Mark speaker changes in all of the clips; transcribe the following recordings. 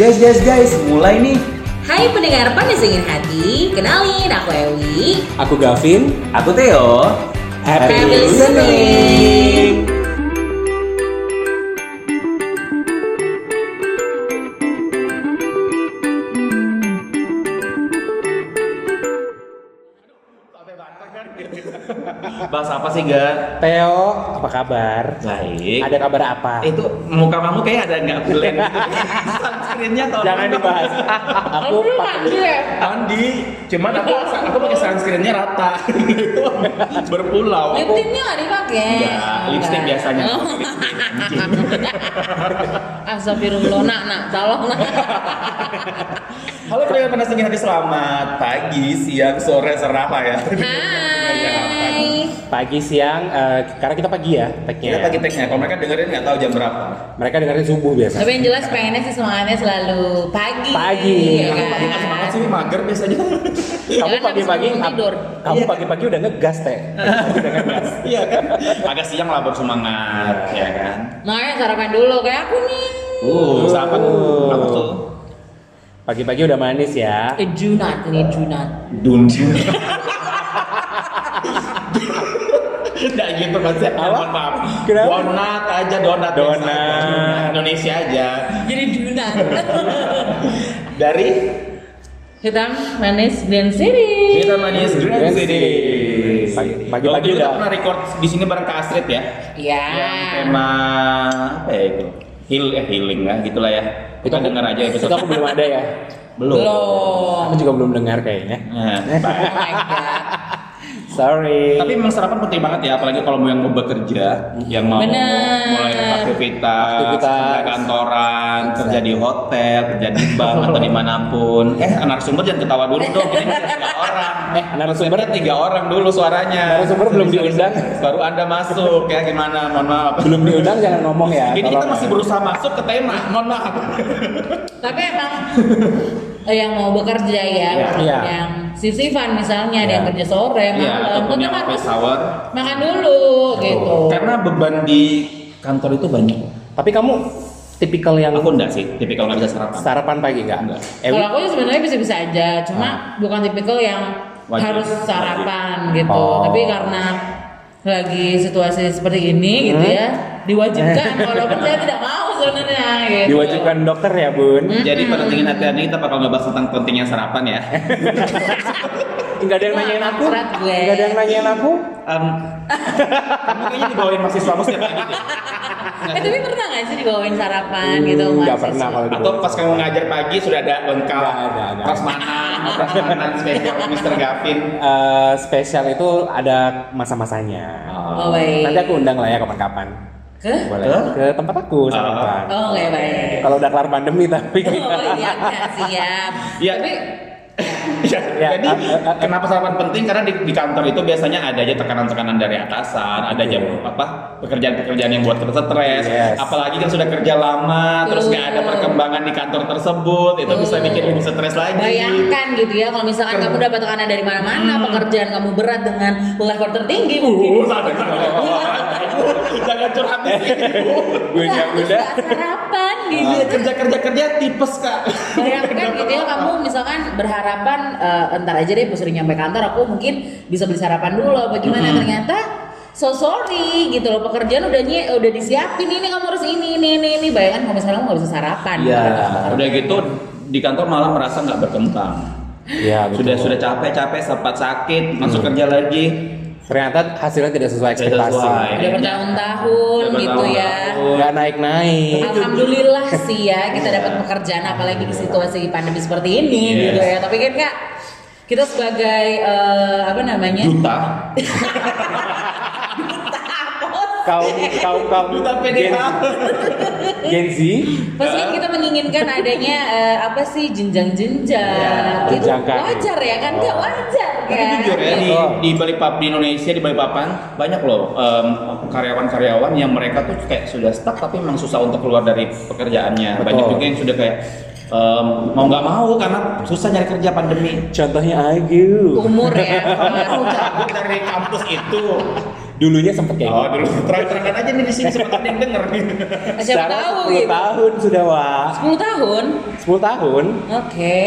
Speaker 1: Guys, guys, guys, mulai nih.
Speaker 2: Hai pendengar Panas Dingin Hati, kenalin aku Ewi.
Speaker 3: Aku Gavin.
Speaker 1: Aku Theo.
Speaker 3: Happy
Speaker 2: listening.
Speaker 1: Bahas apa sih, Ga?
Speaker 3: Theo, apa kabar?
Speaker 1: Baik.
Speaker 3: Ada kabar apa?
Speaker 4: Eh,
Speaker 1: Itu muka kamu kayak ada nggak belen gitu. Sunscreennya tolong.
Speaker 3: Jangan dibahas. Aku pakai
Speaker 1: Andi, cuman aku aku pakai sunscreennya rata. Berpulau. Aku
Speaker 2: Lipstiknya nggak dipakai.
Speaker 4: Iya,
Speaker 2: Oh.
Speaker 1: Nggak, lipstik biasanya.
Speaker 2: Astagfirullah, nak, nak, tolong nak.
Speaker 4: Halo pendengar panas dingin hati selamat pagi, siang, sore, serapa ya. iya,
Speaker 2: Hai.
Speaker 3: pagi siang eh, karena kita pagi
Speaker 1: Iya.
Speaker 3: ya
Speaker 4: Kita
Speaker 3: tagnya.
Speaker 4: Iya, pagi teksnya, kalau mereka dengerin nggak tahu jam berapa.
Speaker 3: Mereka dengerin subuh biasa.
Speaker 2: Tapi yang jelas pengennya sih semangatnya selalu pagi.
Speaker 3: Pagi.
Speaker 2: ya
Speaker 4: Aku
Speaker 2: kan?
Speaker 4: pagi nggak semangat sih, mager biasanya.
Speaker 3: Kamu
Speaker 2: Jangan
Speaker 3: pagi-pagi
Speaker 2: habis bangun tidur.
Speaker 3: kamu
Speaker 1: Iya.
Speaker 3: pagi-pagi udah ngegas teh.
Speaker 4: Iya kan?
Speaker 1: Agak siang lah bersemangat, ya kan?
Speaker 2: Makanya sarapan dulu kayak aku nih.
Speaker 1: Uh, siapa tuh? Apa tuh?
Speaker 3: Pagi-pagi udah manis ya.
Speaker 2: Eh, Junat nih Junat.
Speaker 1: Dunjun.
Speaker 4: Nggak gitu konsep.
Speaker 3: Apa?
Speaker 4: Mohon maaf.
Speaker 3: Kenapa?
Speaker 4: Donat aja, donat.
Speaker 3: Donat.
Speaker 4: biasa. Indonesia aja.
Speaker 2: Jadi Junat.
Speaker 4: Dari
Speaker 2: Hitam manis dan siri.
Speaker 4: kita manis Grand
Speaker 3: Grand
Speaker 4: City.
Speaker 3: City. Pagi- pagi-pagi
Speaker 4: Waktu itu
Speaker 3: udah. Iya.
Speaker 4: kita pernah record di sini bareng Kak Astrid ya.
Speaker 2: Ya.
Speaker 4: Yang tema apa ya itu? Heal, eh, healing lah gitulah ya. Kita
Speaker 3: aku-
Speaker 4: denger aja
Speaker 3: Itu
Speaker 4: episode
Speaker 3: aku belum ada ya.
Speaker 4: belum.
Speaker 2: Belum.
Speaker 3: Aku juga belum Eh, dengar kayaknya.
Speaker 4: Nah, baik.
Speaker 2: Oh my god.
Speaker 3: Sorry.
Speaker 4: Tapi memang sarapan penting banget ya, apalagi kalau mau yang mau bekerja, yang mau
Speaker 2: Bener.
Speaker 4: mulai aktivitas,
Speaker 3: Aktivitas.
Speaker 4: kerja kantoran, kerja di hotel, kerja di bank atau dimanapun. Eh, anak sumber jangan ketawa dulu dong, ini masih tiga orang.
Speaker 3: Eh, narasumber-
Speaker 4: Sebenarnya tiga orang dulu suaranya.
Speaker 3: Narasumber belum
Speaker 4: Sorry, sorry,
Speaker 3: diundang.
Speaker 4: sorry. Baru anda masuk ya, gimana? Mohon maaf.
Speaker 3: belum diundang jangan ngomong ya.
Speaker 4: Ini kita
Speaker 3: tolong.
Speaker 4: masih berusaha masuk ke tema, mohon maaf.
Speaker 2: Tapi emang eh, yang mau bekerja ya,
Speaker 3: Iya. Iya.
Speaker 2: yang sif-sifan misalnya ada
Speaker 3: Iya.
Speaker 2: yang kerja sore,
Speaker 4: Iya,
Speaker 2: malam,
Speaker 4: ataupun
Speaker 2: itu
Speaker 4: yang
Speaker 2: harus
Speaker 4: office hour.
Speaker 2: makan dulu gitu.
Speaker 4: Karena beban di kantor itu banyak.
Speaker 3: Tapi kamu tipikal yang
Speaker 4: Aku enggak sih, tipikal nggak bisa sarapan.
Speaker 3: sarapan pagi nggak? Eh,
Speaker 4: Enggak.
Speaker 3: Ewi?
Speaker 2: Kalau aku sih sebenarnya bisa-bisa aja, cuma
Speaker 3: Ah.
Speaker 2: bukan tipikal yang
Speaker 4: Wajib.
Speaker 2: harus sarapan gitu.
Speaker 3: Oh.
Speaker 2: Tapi karena lagi situasi
Speaker 3: Hmm.
Speaker 2: seperti ini gitu ya, diwajibkan walaupun saya tidak mau sebenarnya gitu. Hmm.
Speaker 3: diwajibkan dokter ya bun
Speaker 4: Jadi pada tingin hati hari ini kita bakal ngebahas tentang pentingnya sarapan ya.
Speaker 3: nggak ada yang
Speaker 2: Wah,
Speaker 3: nanyain aku
Speaker 2: serat gue.
Speaker 3: nggak ada yang nanyain aku
Speaker 4: Em, kamu kayaknya dibawain mahasiswamu setiap hari deh.
Speaker 2: Eh tapi pernah nggak sih dibawain sarapan gitu?
Speaker 3: nggak
Speaker 2: mahasiswa?
Speaker 3: pernah kalau gitu
Speaker 4: Atau pas kamu ngajar pagi sudah ada lengkap
Speaker 3: Nggak ada, nggak ada.
Speaker 4: prasmanan, prasmanan spesial Mr. Gavin.
Speaker 3: Eh, spesial itu ada masa-masanya
Speaker 2: Oh, baik.
Speaker 3: nanti aku undang lah ya kapan-kapan
Speaker 2: Ke?
Speaker 3: boleh
Speaker 4: Ke?
Speaker 3: ke tempat aku sarapan
Speaker 2: Oh nggak baik.
Speaker 3: kalau udah kelar pandemi tapi
Speaker 2: Oh iya nggak siap.
Speaker 4: Iya.
Speaker 2: Tapi
Speaker 4: Ya,
Speaker 3: Ya,
Speaker 4: jadi
Speaker 3: eh, eh, eh.
Speaker 4: kenapa sarapan penting? Karena di, di kantor itu biasanya ada aja tekanan-tekanan dari atasan, ada aja apa pekerjaan-pekerjaan yang buat kita stres.
Speaker 3: Yes.
Speaker 4: Apalagi kan sudah kerja lama, terus nggak ada
Speaker 2: Betul.
Speaker 4: perkembangan di kantor tersebut, itu bisa
Speaker 2: Betul.
Speaker 4: bikin lebih stres lagi.
Speaker 2: bayangkan gitu ya kalau misalkan kamu
Speaker 4: Iya.
Speaker 2: dapat tekanan dari mana-mana, pekerjaan kamu berat dengan level tertinggi mungkin.
Speaker 4: Hmm. Uh, sadar. Jangan curhat di sini. Bu.
Speaker 3: gue
Speaker 2: Nggak,
Speaker 3: nya
Speaker 2: terus
Speaker 3: udah
Speaker 2: nggak sarapan gitu.
Speaker 4: Iya kerja kerja kerja tipes kak.
Speaker 2: Bayangkan gitu ya kamu misalkan berharapan eh, entar aja deh pusri nyampe kantor aku mungkin bisa beli sarapan dulu apa gimana
Speaker 4: Hmm.
Speaker 2: ternyata so sorry gitu loh pekerjaan udah nye, udah disiapin ini kamu harus ini ini ini ini bayangkan kalau misalnya kamu nggak bisa sarapan
Speaker 4: Iya.
Speaker 3: Iya.
Speaker 4: Udah gitu di kantor malah merasa nggak berkembang.
Speaker 3: iya betul. Hmm.
Speaker 4: Sudah sudah capek capek sempat sakit masuk kerja lagi.
Speaker 3: ternyata hasilnya tidak sesuai ekspektasi
Speaker 4: sesuai.
Speaker 2: udah bertahun-tahun
Speaker 4: Udah
Speaker 2: gitu ya
Speaker 4: bertahun-tahun.
Speaker 3: nggak
Speaker 4: Iya.
Speaker 3: naik-naik
Speaker 2: Alhamdulillah sih ya kita dapat pekerjaan apalagi di situasi pandemi seperti ini
Speaker 4: Yes.
Speaker 2: gitu ya. Tapi kan kak kita sebagai eh, apa namanya
Speaker 4: Duta.
Speaker 3: kau kau kau
Speaker 4: Duta
Speaker 3: Gen,
Speaker 4: PDH.
Speaker 3: Gen Z
Speaker 2: Pasti kan kita menginginkan adanya eh, apa sih
Speaker 4: Iya,
Speaker 2: jenjang-jenjang gitu.
Speaker 3: jenjang kan.
Speaker 2: Wajar ya kan? Enggak wajar
Speaker 4: Oh. Tapi
Speaker 2: kan?
Speaker 4: jujur ya di,
Speaker 3: Betul.
Speaker 4: di balik pub di Indonesia di balik papan banyak loh em, karyawan-karyawan yang mereka tuh kayak sudah stuck tapi memang susah untuk keluar dari pekerjaannya. Banyak
Speaker 3: Betul.
Speaker 4: juga yang sudah kayak em, mau nggak mau karena susah nyari kerja pandemi.
Speaker 3: contohnya Ayu
Speaker 2: Umur ya.
Speaker 4: Aku cabut dari kampus itu
Speaker 3: Dulunya sempet kayak
Speaker 4: Oh,
Speaker 3: gitu.
Speaker 4: dulu terang-terangan aja nih di sini siapa tahu ada yang denger.
Speaker 2: Siapa tahu gitu.
Speaker 3: 10 tahun sudah, Wak.
Speaker 2: 10 tahun.
Speaker 3: 10 tahun.
Speaker 2: Oke.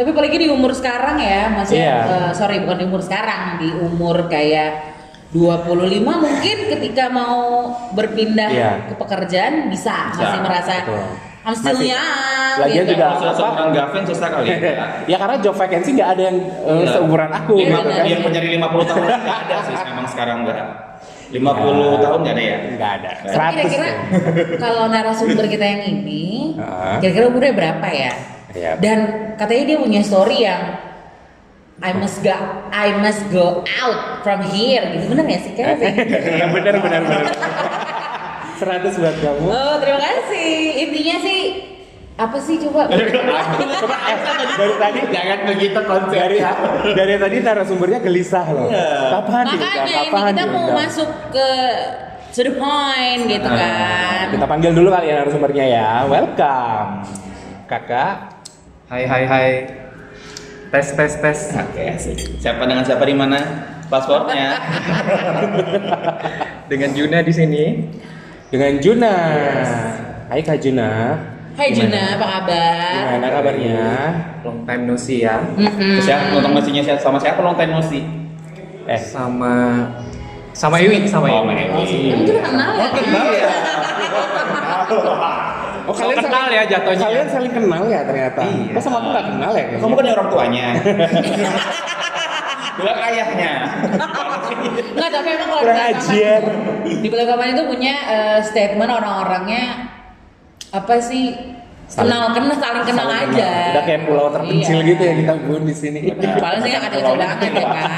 Speaker 2: Tapi apalagi di umur sekarang ya, masih
Speaker 3: Iya.
Speaker 2: eh, sorry bukan di umur sekarang, di umur kayak 25 mungkin ketika mau berpindah
Speaker 3: Iya.
Speaker 2: ke pekerjaan bisa, masih
Speaker 4: Bisa,
Speaker 2: merasa
Speaker 3: betul.
Speaker 2: I'm still
Speaker 3: Masih.
Speaker 2: young,"
Speaker 3: Lagian
Speaker 2: gitu.
Speaker 3: juga
Speaker 4: Kalau seorang Gavin susah kali ya.
Speaker 3: ya karena job vacancy nggak ada yang eh,
Speaker 4: Iya.
Speaker 3: seumuran aku
Speaker 2: Iya,
Speaker 3: gitu
Speaker 2: benar.
Speaker 3: kan.
Speaker 4: yang pencari 50 tahun nggak ada sih memang sekarang nggak 50 tahun nggak ada ya
Speaker 3: Nggak ada.
Speaker 4: Tapi
Speaker 2: Tapi
Speaker 3: 100
Speaker 2: kira-kira
Speaker 3: tuh.
Speaker 2: kalau narasumber kita yang ini,
Speaker 3: Ah.
Speaker 2: kira-kira umurnya berapa ya?
Speaker 3: Iya.
Speaker 2: Dan katanya dia punya story yang I must go, I must go out from here, gitu bener ya sih Kevin?
Speaker 3: yang benar benar benar. 100 buat kamu.
Speaker 2: Oh, terima kasih. Intinya sih apa sih coba?
Speaker 3: Coba eh, dari tadi
Speaker 4: jangan begitu konsep
Speaker 3: dari dari tadi narasumbernya gelisah loh.
Speaker 2: Iya.
Speaker 3: Kapan diundang?
Speaker 2: Makanya ini
Speaker 3: Kapan
Speaker 2: kita mau
Speaker 3: diundang?
Speaker 2: masuk ke to the point gitu
Speaker 3: Nah,
Speaker 2: kan.
Speaker 3: Kita panggil dulu kali ya narasumbernya ya. Welcome. Kakak.
Speaker 5: Hai hai hai. Tes tes tes.
Speaker 4: oke asik siapa dengan siapa di mana paspornya
Speaker 5: Dengan Juna di sini.
Speaker 3: Dengan Juna. Hai Kak Juna.
Speaker 2: Hai Juna, apa kabar?
Speaker 3: Gimana kabarnya?
Speaker 5: Long time no see ya.
Speaker 2: Mm-mm.
Speaker 4: terus ya nonton mesinnya siapa- sama siapa long time no see
Speaker 3: Eh,
Speaker 5: Sama sama Iwi sama
Speaker 4: Oh,
Speaker 5: Iwi.
Speaker 4: sama Iwi.
Speaker 2: Kamu juga kenal ya?
Speaker 4: ya
Speaker 3: Oh,
Speaker 5: Sok kenal ya jatuhnya.
Speaker 3: Kalian saling kenal ya ternyata.
Speaker 5: Iya.
Speaker 3: Kok sama aku gak kenal ya? kayaknya?
Speaker 4: kamu kan yang orang tuanya bilang ayahnya
Speaker 2: Enggak, tapi emang kalau di
Speaker 3: Kurang
Speaker 2: belakang-
Speaker 3: ajar.
Speaker 2: di belakang itu punya eh, statement orang-orangnya apa sih?
Speaker 3: Saling-
Speaker 2: kenal kenal saling kenal
Speaker 3: Saling
Speaker 2: aja.
Speaker 3: Udah kayak pulau terpencil
Speaker 2: Iya.
Speaker 3: gitu ya kita bun di sini.
Speaker 2: Soalnya saya nggak ada ucapan ya kak.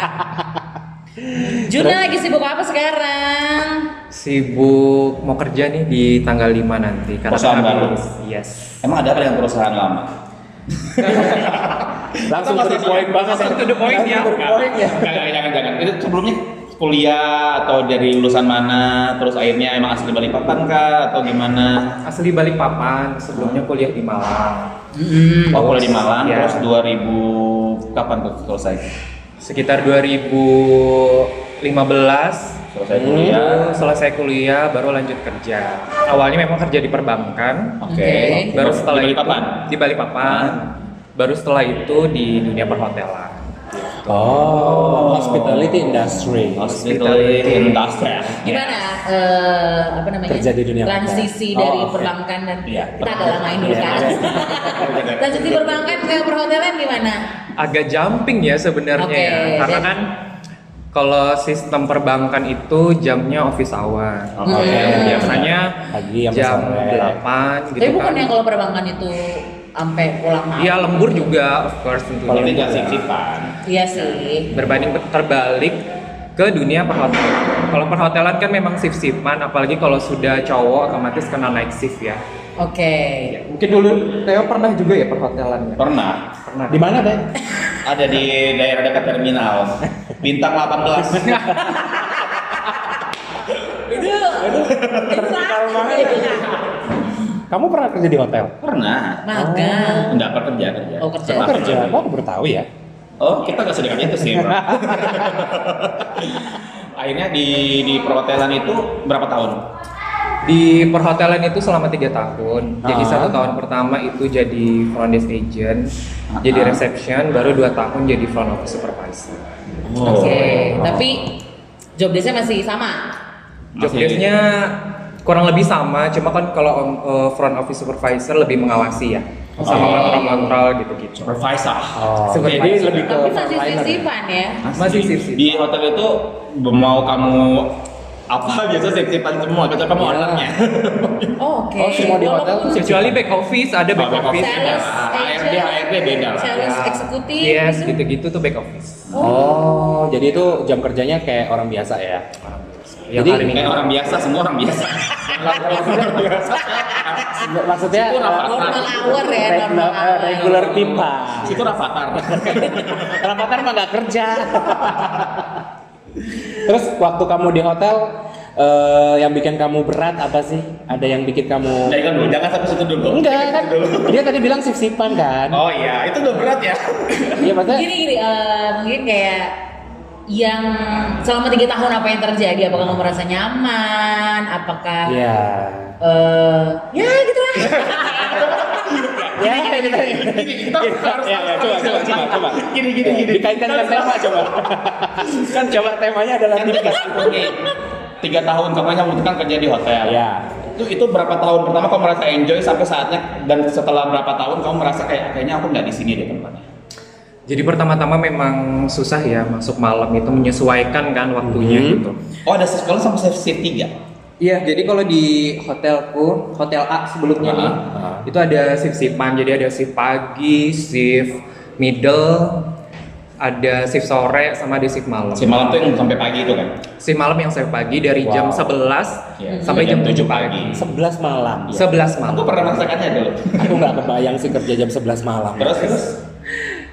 Speaker 2: Juna lagi sibuk apa sekarang?
Speaker 5: Sibuk mau kerja nih di tanggal 5 nanti
Speaker 4: Perusahaan
Speaker 5: kami-
Speaker 4: baru.
Speaker 5: Yes.
Speaker 4: emang ada kali yang perusahaan lama
Speaker 3: Langsung
Speaker 4: Kita
Speaker 3: to the
Speaker 4: masih-
Speaker 3: point banget.
Speaker 4: langsung to the point
Speaker 3: Langsung
Speaker 4: ya.
Speaker 3: to the point ya.
Speaker 4: Jangan, jangan, jangan, jangan. Itu sebelumnya kuliah atau dari lulusan mana, terus akhirnya emang asli Balikpapan kah atau gimana?
Speaker 5: Asli Balikpapan, sebelumnya kuliah di Malang.
Speaker 3: Hmm.
Speaker 4: Oh, kuliah di Malang,
Speaker 5: Iya.
Speaker 4: terus 2000 kapan tuh selesai?
Speaker 5: Sekitar 2015
Speaker 4: Selesai kuliah.
Speaker 5: Baru selesai kuliah baru lanjut kerja. Awalnya memang kerja di perbankan.
Speaker 4: Oke.
Speaker 2: Oke.
Speaker 5: baru setelah
Speaker 4: di Balikpapan. Ah.
Speaker 5: itu di Balikpapan baru setelah itu di dunia perhotelan
Speaker 3: Oh, hospitality industry.
Speaker 4: Hospitality industry.
Speaker 2: Gimana eh, apa namanya?
Speaker 3: Kerja di dunia
Speaker 2: transisi
Speaker 3: kerja.
Speaker 2: dari
Speaker 3: Oh, oke.
Speaker 2: perbankan dan
Speaker 4: Iya.
Speaker 2: kita agak lamain dulu
Speaker 3: Iya,
Speaker 2: kan. Transisi perbankan ke perhotelan gimana?
Speaker 5: agak jumping ya sebenarnya
Speaker 2: Oke,
Speaker 5: ya karena
Speaker 2: jadi-
Speaker 5: kan kalau sistem perbankan itu jamnya office hour
Speaker 4: Oke.
Speaker 2: Hmm.
Speaker 5: biasanya
Speaker 3: Pagi sampai
Speaker 5: jam
Speaker 3: sore.
Speaker 5: 8 gitu
Speaker 2: Tapi
Speaker 5: kan
Speaker 2: bukannya kalau perbankan itu sampai pulang malam?
Speaker 5: iya lembur juga of course tentunya
Speaker 4: Jadi nggak sip-sipan.
Speaker 2: Iya sih.
Speaker 5: berbanding terbalik ke dunia perhotelan. Kalau perhotelan kan memang shift-shiftan, apalagi kalau sudah cowok otomatis kena naik shift ya.
Speaker 2: Oke.
Speaker 5: Mungkin dulu Theo pernah juga ya perhotelan ya?
Speaker 4: Pernah
Speaker 5: Pernah.
Speaker 3: Di mana, Teh?
Speaker 4: ada di daerah dekat terminal. Bintang 18.
Speaker 2: Itu itu
Speaker 3: terkenal
Speaker 2: sakit.
Speaker 3: banget. Kamu pernah kerja di hotel?
Speaker 4: Pernah.
Speaker 2: Magang.
Speaker 4: Enggak kerja kerja.
Speaker 2: Oh, kerja.
Speaker 3: Kamu
Speaker 4: Pernah
Speaker 3: kerja? Kok aku baru tahu ya?
Speaker 4: Oh, kita nggak sedekat itu sih, bro. Akhirnya di di perhotelan itu berapa tahun?
Speaker 5: Di perhotelan itu selama tiga tahun. Jadi
Speaker 3: Ah.
Speaker 5: satu tahun pertama itu jadi front desk agent,
Speaker 4: Ah.
Speaker 5: jadi reception, baru dua tahun jadi front office supervisor.
Speaker 3: Oh.
Speaker 2: Oke. Tapi job desk-nya masih sama.
Speaker 5: Job
Speaker 4: Masih-
Speaker 5: desk-nya kurang lebih sama, cuma kan kalau um, uh, front office supervisor lebih mengawasi ya, sama
Speaker 2: Oke.
Speaker 5: kontrol-kontrol gitu-gitu.
Speaker 4: supervisor.
Speaker 3: Oh,
Speaker 5: Supervisor.
Speaker 3: jadi lebih ke
Speaker 2: Tapi masih
Speaker 3: frontliner ya?
Speaker 2: sisipan ya.
Speaker 5: Masih sip-sip.
Speaker 4: Di hotel itu mau kamu apa biasa sip-sipan semua, kecuali kamu
Speaker 3: Iya.
Speaker 4: ownernya.
Speaker 2: Oh, Oke.
Speaker 3: Oh, semua di hotel tuh
Speaker 2: Walaupun
Speaker 5: Kecuali back office, ada back
Speaker 4: Back
Speaker 5: office.
Speaker 4: office.
Speaker 2: Sales,
Speaker 4: HRD,
Speaker 2: agent,
Speaker 4: HRD beda lah.
Speaker 2: Sales
Speaker 5: Ya.
Speaker 2: eksekutif.
Speaker 3: Iya,
Speaker 5: Yes,
Speaker 2: gitu.
Speaker 5: gitu-gitu tuh back office.
Speaker 3: Oh, jadi itu jam kerjanya kayak orang biasa ya?
Speaker 5: Ya,
Speaker 3: Jadi-
Speaker 5: hari ini.
Speaker 4: Kayak orang biasa, semua orang biasa.
Speaker 3: Maksudnya
Speaker 4: Itu rapat.
Speaker 2: Normal hour ya,
Speaker 3: reg-
Speaker 2: normal
Speaker 3: eh,
Speaker 2: hour.
Speaker 3: regular pipa.
Speaker 4: Itu rafatar.
Speaker 3: Rapatan mah nggak kerja. Terus waktu kamu di hotel eh, yang bikin kamu berat apa sih? Ada yang bikin kamu
Speaker 4: Jangan kan dulu, jangan sampai situ dulu.
Speaker 3: Enggak kan? Dia tadi bilang sip-sipan kan?
Speaker 4: Oh iya, itu udah berat ya.
Speaker 3: Iya maksudnya
Speaker 2: Gini gini eh, mungkin kayak yang selama tiga tahun apa yang terjadi? Apakah kamu merasa nyaman? Apakah
Speaker 3: Iya.
Speaker 2: eh, ya gitu lah.
Speaker 3: Ya, kita
Speaker 1: Gini, kita harus
Speaker 3: ya, ya, coba, coba, coba, coba.
Speaker 1: Gini, gini, gini.
Speaker 3: Dikaitkan dengan tema coba. kan coba temanya adalah nikah.
Speaker 4: Oke, tiga tahun kamu memutuskan kerja di hotel.
Speaker 3: Iya.
Speaker 4: Itu itu berapa tahun pertama kamu merasa enjoy sampai saatnya dan setelah berapa tahun kamu merasa kayak kayaknya aku nggak di sini deh tempatnya.
Speaker 5: Jadi pertama-tama memang susah ya masuk malam itu menyesuaikan kan waktunya
Speaker 3: Mhm.
Speaker 5: gitu.
Speaker 4: Oh ada sekolah sama shift tiga.
Speaker 5: Iya, jadi kalau di hotelku, hotel A sebelumnya
Speaker 4: Ah,
Speaker 5: nih,
Speaker 4: ah.
Speaker 5: itu ada shift-shiftan. Jadi ada shift pagi, shift middle, ada shift sore sama ada shift malam.
Speaker 4: Si malam tuh yang sampai pagi itu kan.
Speaker 5: Shift malam yang saya pagi dari
Speaker 3: Wow.
Speaker 5: jam 11
Speaker 4: Iya,
Speaker 5: sampai jam 7
Speaker 4: 7
Speaker 5: pagi.
Speaker 3: 11 malam.
Speaker 5: 11
Speaker 4: Nah, Aku
Speaker 5: malam.
Speaker 4: pernah merasakannya dulu.
Speaker 3: Aku nggak kebayang sih kerja jam 11 malam.
Speaker 4: Terus terus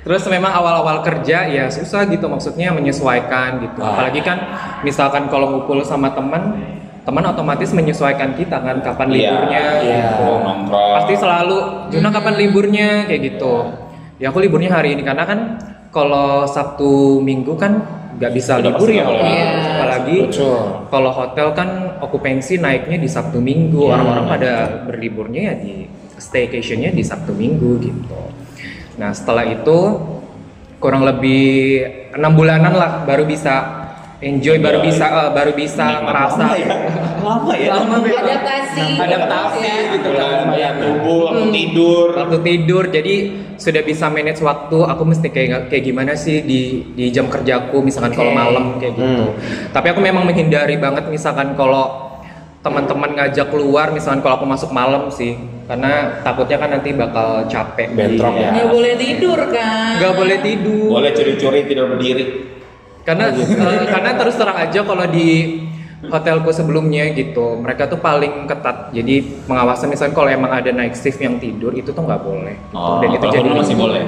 Speaker 5: Terus memang awal-awal kerja ya susah gitu maksudnya menyesuaikan gitu.
Speaker 3: Ah.
Speaker 5: Apalagi kan misalkan kalau ngumpul sama teman, teman otomatis menyesuaikan kita kan kapan
Speaker 4: Iya,
Speaker 5: liburnya
Speaker 3: iya.
Speaker 5: gitu.
Speaker 4: mau nongkrong.
Speaker 5: Pasti selalu Juna kapan liburnya kayak gitu. Ya aku liburnya hari ini karena kan kalau Sabtu Minggu kan nggak
Speaker 4: Udah
Speaker 5: bisa libur
Speaker 4: pasti
Speaker 5: ya kalau
Speaker 4: nggak
Speaker 5: libur.
Speaker 2: boleh.
Speaker 5: apalagi
Speaker 3: Betul.
Speaker 5: kalau hotel kan okupansi naiknya di Sabtu Minggu
Speaker 4: Iya,
Speaker 5: orang-orang pada berliburnya ya di staycationnya di Sabtu Minggu gitu nah setelah itu kurang lebih enam bulanan lah baru bisa enjoy baru
Speaker 4: Iya,
Speaker 5: bisa eh, baru bisa
Speaker 4: nikmat
Speaker 5: merasa
Speaker 4: lama ya. Lama ya.
Speaker 5: Lama,
Speaker 3: Iya.
Speaker 5: Beb.
Speaker 2: Adaptasi.
Speaker 5: Adaptasi.
Speaker 2: Ya.
Speaker 4: Gitu kan, bayar tubuh, aku tidur.
Speaker 5: waktu tidur jadi sudah bisa manage waktu aku mesti kayak kayak gimana sih di di jam kerjaku misalkan kalau
Speaker 2: Oke.
Speaker 5: malam kayak gitu
Speaker 3: Hmm.
Speaker 5: tapi aku memang menghindari banget misalkan kalau teman-teman ngajak keluar misalkan kalau aku masuk malam sih karena takutnya kan nanti bakal capek
Speaker 3: Bentrok
Speaker 5: Iya.
Speaker 3: ya.
Speaker 2: Nggak boleh tidur kan?
Speaker 5: nggak boleh tidur
Speaker 4: Boleh Oh, gitu. curi-curi tidur berdiri.
Speaker 5: karena eh, karena terus terang aja kalau di hotelku sebelumnya gitu mereka tuh paling ketat jadi pengawasan misalnya kalau emang ada naik shift yang tidur itu tuh nggak boleh gitu.
Speaker 4: Oh,
Speaker 5: dan itu
Speaker 4: kalau
Speaker 5: jadi
Speaker 4: dulu masih boleh.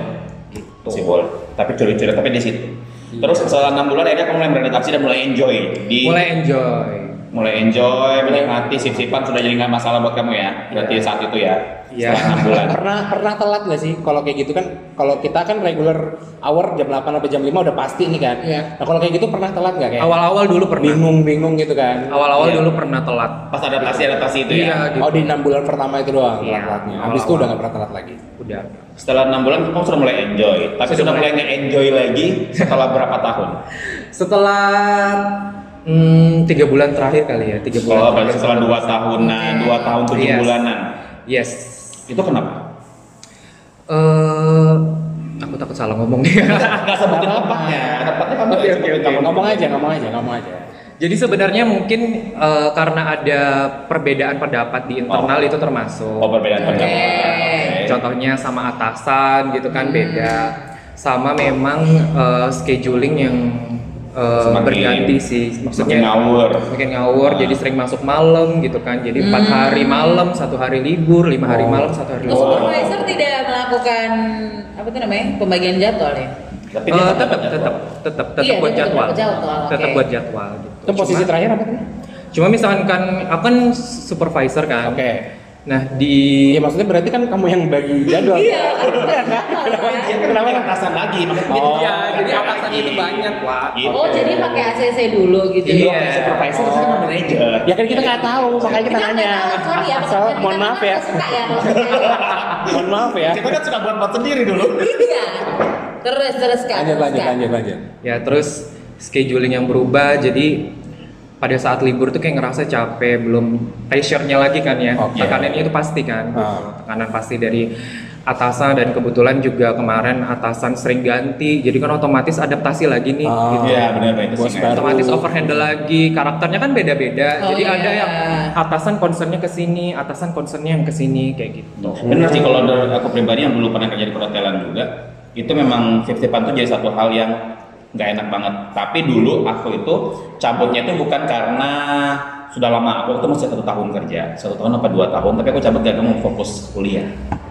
Speaker 4: Masih boleh. Tapi curi-curi tapi di situ. Terus setelah enam bulan akhirnya kamu mulai beradaptasi dan mulai enjoy di
Speaker 5: Iya. mulai enjoy
Speaker 4: mulai enjoy menikmati sip-sipan sudah jadi nggak masalah buat kamu ya berarti saat itu ya
Speaker 5: Iya.
Speaker 4: setelah enam bulan
Speaker 3: Pernah pernah telat nggak sih kalau kayak gitu kan kalau kita kan regular hour jam 8 sampai jam 5 udah pasti nih kan.
Speaker 2: Iya.
Speaker 3: Nah, kalau kayak gitu pernah telat nggak kayak?
Speaker 5: awal-awal dulu pernah
Speaker 3: Bingung-bingung gitu kan.
Speaker 5: awal-awal
Speaker 4: Iya.
Speaker 5: dulu pernah telat
Speaker 4: pas adaptasi adaptasi itu
Speaker 5: iya
Speaker 4: ya
Speaker 5: gitu
Speaker 3: Oh di 6 bulan pertama itu doang
Speaker 5: Iya.
Speaker 3: telat-telatnya. Habis itu
Speaker 5: Awal-awal.
Speaker 3: udah nggak pernah telat lagi.
Speaker 4: Oh.
Speaker 5: udah
Speaker 4: setelah enam bulan kamu sudah mulai enjoy tapi
Speaker 5: Sudah
Speaker 4: sudah mulai
Speaker 5: mulai.
Speaker 4: nggak enjoy lagi setelah berapa tahun
Speaker 5: setelah hmm, tiga bulan terakhir kali ya tiga bulan
Speaker 4: setelah
Speaker 5: terakhir.
Speaker 4: Oh, berarti setelah dua tahunan dua tahun tujuh
Speaker 5: Yes.
Speaker 4: bulanan
Speaker 5: yes
Speaker 4: itu kenapa
Speaker 5: eh aku takut salah ngomong
Speaker 4: nggak sebutin tempatnya tempatnya kamu
Speaker 5: Oke,
Speaker 4: nggak
Speaker 5: oke,
Speaker 4: sebutin
Speaker 5: oke.
Speaker 4: kamu
Speaker 3: Ngomong aja, ngomong aja, ngomong aja.
Speaker 5: Jadi sebenarnya mungkin eh, karena ada perbedaan pendapat di internal itu termasuk.
Speaker 4: oh perbedaan
Speaker 2: Oke.
Speaker 4: pendapat Oke.
Speaker 5: Contohnya sama atasan gitu
Speaker 2: Hmm.
Speaker 5: kan beda. Sama memang eh, scheduling yang eh,
Speaker 4: Semakin-
Speaker 5: berganti sih.
Speaker 4: maksudnya
Speaker 5: Maksudnya
Speaker 4: ngawur
Speaker 5: Makin ngawur,
Speaker 4: Ah.
Speaker 5: jadi sering masuk malam gitu kan. Jadi empat
Speaker 2: Hmm.
Speaker 5: hari malam, satu hari libur, lima hari
Speaker 3: Oh.
Speaker 5: malam, satu hari
Speaker 2: Terus
Speaker 5: libur.
Speaker 2: supervisor tidak melakukan apa itu namanya pembagian jadwal ya?
Speaker 4: tapi
Speaker 5: Eh,
Speaker 4: dia tetap
Speaker 5: tetap,
Speaker 4: ada
Speaker 5: tetap,
Speaker 4: jadwal.
Speaker 5: tetap, tetap
Speaker 2: Iya,
Speaker 5: buat
Speaker 2: dia tetap
Speaker 5: jadwal.
Speaker 2: buat jadwal,
Speaker 5: Tetap
Speaker 2: oke.
Speaker 5: buat jadwal. Gitu.
Speaker 3: Itu posisi
Speaker 5: Cuma-
Speaker 3: terakhir apa tadi?
Speaker 5: Cuma misalkan kan, aku kan supervisor kan.
Speaker 3: Oke.
Speaker 5: Nah di
Speaker 3: Iya maksudnya berarti kan kamu yang bagi jadwal.
Speaker 2: Iya.
Speaker 4: dia kan namanya atasan lagi makanya dia
Speaker 3: Oh.
Speaker 5: Iya, jadi
Speaker 4: Iya,
Speaker 5: atasan
Speaker 4: iya.
Speaker 5: itu banyak, Wak.
Speaker 4: Gitu.
Speaker 2: Oh jadi pakai ACC dulu gitu.
Speaker 5: Iya.
Speaker 4: Iya, supervisor saya kan manager.
Speaker 3: Ya kan kita nggak tahu, makanya kita
Speaker 2: nggak
Speaker 3: nanya.
Speaker 2: tahu, ya, sorry ya,
Speaker 3: Asal
Speaker 2: pekerjaan
Speaker 3: mohon
Speaker 2: kita
Speaker 3: maaf
Speaker 2: memang
Speaker 3: ya.
Speaker 2: Suka ya kalau kita-
Speaker 3: Mohon maaf ya.
Speaker 4: Kita kan sudah buat-buat sendiri dulu.
Speaker 2: Iya. Terus terus kak.
Speaker 3: Lanjut,
Speaker 2: terus,
Speaker 3: lanjut,
Speaker 2: Kak.
Speaker 3: lanjut, lanjut.
Speaker 5: Ya terus scheduling yang berubah, jadi pada saat libur tuh kayak ngerasa capek, belum pressure-nya lagi kan ya.
Speaker 3: Oke.
Speaker 5: Tekanannya itu pasti kan.
Speaker 3: Ah.
Speaker 5: Tekanan pasti dari atasan dan kebetulan juga kemarin atasan sering ganti. Jadi kan otomatis adaptasi lagi nih
Speaker 3: Ah.
Speaker 5: gitu.
Speaker 4: Iya, benar benar
Speaker 3: Bos
Speaker 4: sih.
Speaker 3: baru.
Speaker 5: Otomatis overhandle lagi, karakternya kan beda-beda.
Speaker 2: Oh,
Speaker 5: Jadi
Speaker 2: iya.
Speaker 5: ada yang atasan concernnya ke sini, atasan concernnya yang ke sini kayak gitu.
Speaker 4: Benar sih kalau dari aku pribadi yang dulu pernah kerja di perhotelan juga, itu memang fifty-fifty itu jadi satu hal yang nggak enak banget. Tapi dulu aku itu cabutnya itu bukan karena sudah lama aku itu masih satu tahun kerja, satu tahun apa dua tahun, tapi aku cabut karena mau fokus kuliah.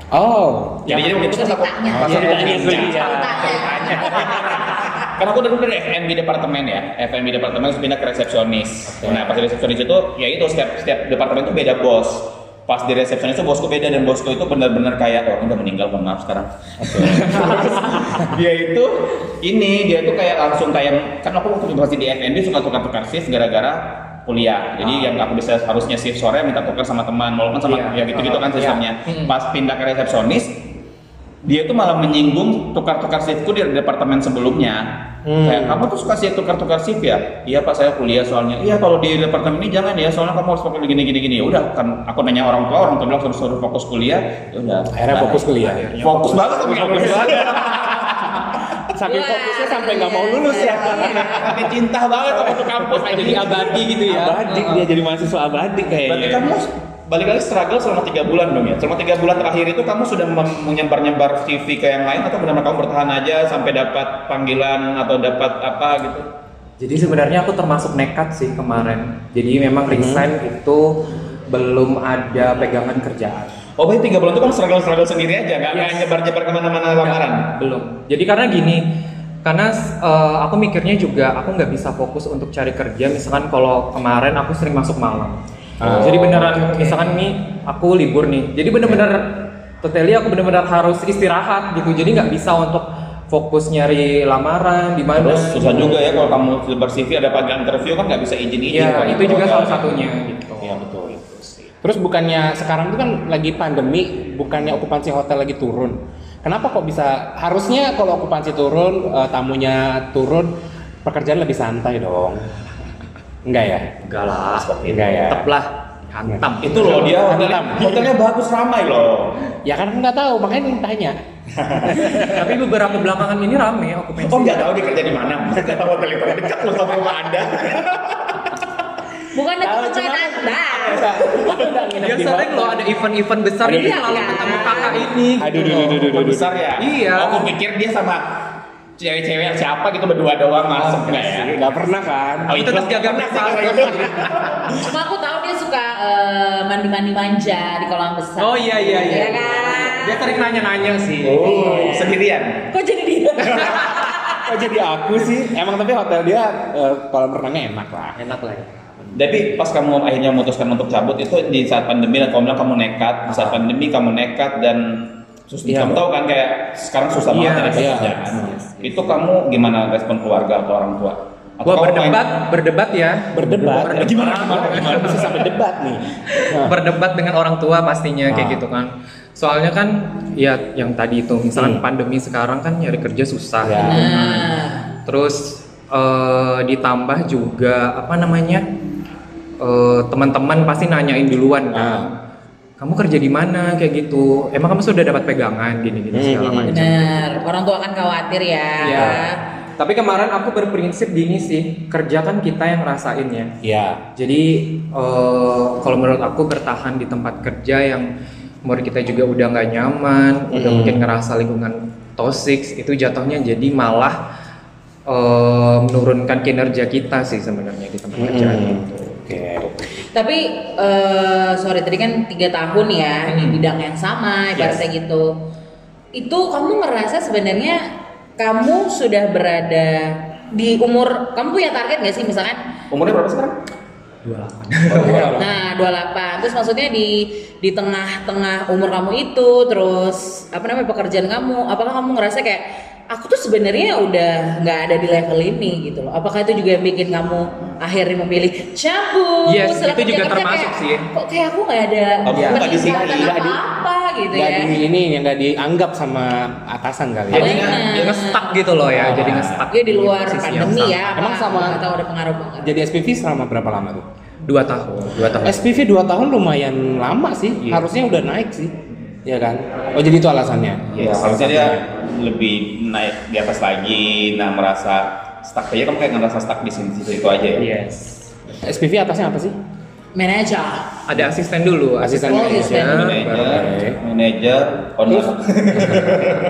Speaker 3: Oh, Iya,
Speaker 4: Jadi jadi waktu itu pas aku
Speaker 2: Ceritanya.
Speaker 4: pas aku
Speaker 3: Ceritanya,
Speaker 4: kerja,
Speaker 2: Ceritanya.
Speaker 4: Karena aku dulu dari F&B departemen ya, F&B departemen terus pindah ke resepsionis. Nah pas resepsionis itu, ya itu setiap setiap departemen itu beda bos. pas di resepsionis itu bosku beda dan bosku itu benar-benar kayak orang udah meninggal mohon maaf sekarang Terus dia itu ini dia itu kayak langsung kayak kan aku waktu masih di FNB suka tukar-tukar shift gara-gara kuliah jadi yang aku bisa harusnya shift sore minta tukar sama teman walaupun sama
Speaker 5: Ah. Iya.
Speaker 4: ya gitu-gitu kan
Speaker 5: Iya.
Speaker 4: sistemnya
Speaker 5: Hmm.
Speaker 4: pas pindah ke resepsionis dia tuh malah menyinggung tukar-tukar shiftku di departemen sebelumnya kayak kamu tuh suka sih tukar-tukar shift ya iya pak saya kuliah soalnya iya kalau di departemen ini jangan ya soalnya kamu harus fokus gini gini gini udah kan aku nanya orang tua orang tua bilang suruh, suruh fokus kuliah ya udah
Speaker 3: Akhirnya
Speaker 4: Nah,
Speaker 3: fokus kuliah.
Speaker 4: fokus, banget tapi fokus banget
Speaker 3: Saking
Speaker 2: Wah,
Speaker 3: fokusnya sampai nggak mau
Speaker 2: iya,
Speaker 3: lulus ya.
Speaker 2: iya.
Speaker 4: Sampai cinta banget sama tuh kampus kayak jadi abadi Iya. gitu ya
Speaker 3: Abadi dia jadi mahasiswa abadi
Speaker 4: berarti
Speaker 3: kayaknya.
Speaker 4: kamu balik lagi struggle selama tiga bulan dong ya selama tiga bulan terakhir itu kamu sudah menyebar nyebar CV ke yang lain atau benar-benar kamu bertahan aja sampai dapat panggilan atau dapat apa gitu
Speaker 5: Jadi sebenarnya aku termasuk nekat sih kemarin. Jadi memang resign itu belum ada pegangan kerjaan.
Speaker 4: Oh, berarti tiga bulan itu kan struggle-struggle sendiri aja, nggak nggak nyebar-nyebar kemana-mana lamaran.
Speaker 5: Belum. Jadi karena gini, karena eh, aku mikirnya juga aku nggak bisa fokus untuk cari kerja. Misalkan kalau kemarin aku sering masuk malam.
Speaker 3: Oh,
Speaker 5: Jadi beneran misalkan nih aku libur nih. Jadi bener-bener totally aku bener-bener harus istirahat gitu. Jadi nggak bisa untuk fokus nyari lamaran di mana.
Speaker 4: Terus susah juga ya kalau kamu sebar CV ada panggilan interview kan nggak bisa izin-izin.
Speaker 3: Ya,
Speaker 5: Iya,
Speaker 4: kalau
Speaker 5: itu
Speaker 4: gitu.
Speaker 5: juga salah satunya gitu.
Speaker 4: Iya betul itu sih.
Speaker 3: Terus bukannya sekarang tuh kan lagi pandemi, bukannya okupansi hotel lagi turun. Kenapa kok bisa harusnya kalau okupansi turun, eh, tamunya turun, pekerjaan lebih santai dong. Enggak ya?
Speaker 5: Enggak lah,
Speaker 3: Enggak ya.
Speaker 5: tetep lah hantam.
Speaker 4: Itu loh dia hotelnya,
Speaker 3: Mantap.
Speaker 4: hotelnya bagus ramai loh.
Speaker 3: Ya kan aku nggak tahu, makanya tanya.
Speaker 5: Tapi beberapa belakangan ini rame aku pensi.
Speaker 4: Oh nggak tahu dia kerja di mana? Nggak tahu hotel itu dekat loh sama rumah anda.
Speaker 2: Bukan itu
Speaker 3: Tahu,
Speaker 2: bukan
Speaker 3: cuma-
Speaker 2: anda.
Speaker 3: Aku nggak nginep
Speaker 5: Dia
Speaker 3: di
Speaker 5: sering
Speaker 3: hotel.
Speaker 5: loh ada event-event besar
Speaker 3: Aduh,
Speaker 5: ini
Speaker 2: aduh,
Speaker 5: selalu
Speaker 2: aduh.
Speaker 5: ketemu kakak ini.
Speaker 3: Aduh, aduh, aduh,
Speaker 5: gitu loh.
Speaker 3: aduh,
Speaker 4: Rumah
Speaker 3: aduh.
Speaker 4: besar ya.
Speaker 5: Iya.
Speaker 4: Aku pikir dia sama cewek-cewek siapa gitu berdua doang masuk
Speaker 3: Oh,
Speaker 4: nggak ya?
Speaker 3: Nggak pernah kan?
Speaker 4: Oh itu
Speaker 5: Terus jaga perasaan.
Speaker 2: Cuma aku tahu dia suka eh, mandi-mandi manja di kolam besar.
Speaker 5: Oh iya iya iya.
Speaker 2: Iya kan?
Speaker 5: Dia sering nanya-nanya sih.
Speaker 4: Oh sendirian.
Speaker 2: Kok jadi dia?
Speaker 3: iya. Kok jadi aku sih? Emang tapi hotel dia eh, kolam renangnya enak lah.
Speaker 5: Enak lah ya.
Speaker 4: Tapi pas kamu akhirnya memutuskan untuk cabut itu di saat pandemi dan kamu bilang kamu nekat, di saat pandemi kamu nekat dan terus
Speaker 3: Iya.
Speaker 4: kamu tahu kan kayak sekarang susah
Speaker 5: Iya,
Speaker 4: banget cari
Speaker 3: iya.
Speaker 4: pekerjaan. Itu kamu gimana respon keluarga atau orang tua? Atau
Speaker 5: Gua
Speaker 4: kamu
Speaker 5: berdebat,
Speaker 4: main-
Speaker 5: berdebat ya.
Speaker 3: Berdebat.
Speaker 5: Berdebat.
Speaker 3: Gimana? Gimana? Gimana? Bisa sampai debat nih. Nah.
Speaker 5: berdebat dengan orang tua pastinya
Speaker 3: Ah.
Speaker 5: kayak gitu kan. Soalnya kan ya yang tadi itu misalkan
Speaker 3: Hmm.
Speaker 5: pandemi sekarang kan nyari kerja susah.
Speaker 3: Ya.
Speaker 5: gitu kan.
Speaker 2: Nah.
Speaker 5: Terus eh, ditambah juga apa namanya eh, teman-teman pasti nanyain duluan kan.
Speaker 3: Ah.
Speaker 5: Kamu kerja di mana kayak gitu? Emang kamu sudah dapat pegangan gini-gini
Speaker 3: Hmm,
Speaker 5: segala
Speaker 3: hmm,
Speaker 5: macam.
Speaker 2: Benar, orang tua akan khawatir ya.
Speaker 3: Iya.
Speaker 5: Ya. Tapi kemarin aku berprinsip gini sih, kerja kan kita yang rasain ya.
Speaker 3: Iya.
Speaker 5: Jadi eh, kalau menurut aku bertahan di tempat kerja yang menurut kita juga udah nggak nyaman, udah
Speaker 3: Mm.
Speaker 5: mungkin ngerasa lingkungan toxic, itu jatuhnya jadi malah eh, menurunkan kinerja kita sih sebenarnya di tempat kerja
Speaker 3: Mm.
Speaker 5: gitu.
Speaker 3: Oke.
Speaker 2: Tapi eh sorry tadi kan tiga tahun ya di bidang yang sama ibaratnya gitu. Itu kamu ngerasa sebenarnya kamu sudah berada di umur kamu punya target gak sih misalkan
Speaker 4: umurnya berapa sekarang?
Speaker 5: Iya.
Speaker 2: nah 28 terus maksudnya di di tengah-tengah umur kamu itu terus apa namanya pekerjaan kamu apakah kamu ngerasa kayak aku tuh sebenarnya udah nggak ada di level ini gitu loh apakah itu juga yang bikin kamu akhirnya memilih cabut
Speaker 5: Yes,
Speaker 2: setelah
Speaker 5: Iya, itu juga
Speaker 2: kerja-kerja
Speaker 5: termasuk
Speaker 2: kayak,
Speaker 5: sih.
Speaker 2: kok kayak aku nggak ada
Speaker 4: Kamu nggak di sini,
Speaker 2: apa
Speaker 3: nggak di-
Speaker 2: apa gitu
Speaker 3: Iya, Nggak
Speaker 2: ya
Speaker 3: di ini yang nggak dianggap sama atasan kali ya.
Speaker 5: Jadi
Speaker 2: Benar.
Speaker 5: nge- nge-stuck gitu loh ya,
Speaker 3: Ah.
Speaker 5: jadi nge-stuck.
Speaker 2: dia Iya, di luar
Speaker 5: posisi yang
Speaker 2: pandemi
Speaker 5: sama.
Speaker 2: ya apa-
Speaker 3: Emang sama-
Speaker 2: atau ada pengaruh banget
Speaker 3: Jadi SPV selama berapa lama tuh?
Speaker 5: Dua tahun, dua tahun.
Speaker 3: SPV 2 tahun lumayan lama sih,
Speaker 5: Iya.
Speaker 3: harusnya udah naik sih, ya kan? Oh jadi itu alasannya?
Speaker 4: Iya,
Speaker 3: Salah
Speaker 4: harusnya dia
Speaker 3: satunya.
Speaker 4: lebih naik di atas lagi, nah merasa stuck aja kamu kayak ngerasa stuck di sini situ itu aja ya.
Speaker 5: Yes.
Speaker 3: SPV atasnya apa sih?
Speaker 2: manager
Speaker 5: ada asisten dulu, asisten
Speaker 3: Oh,
Speaker 2: asisten.
Speaker 4: Manager,
Speaker 5: manager, baru-
Speaker 3: Oke.
Speaker 4: manager, owner.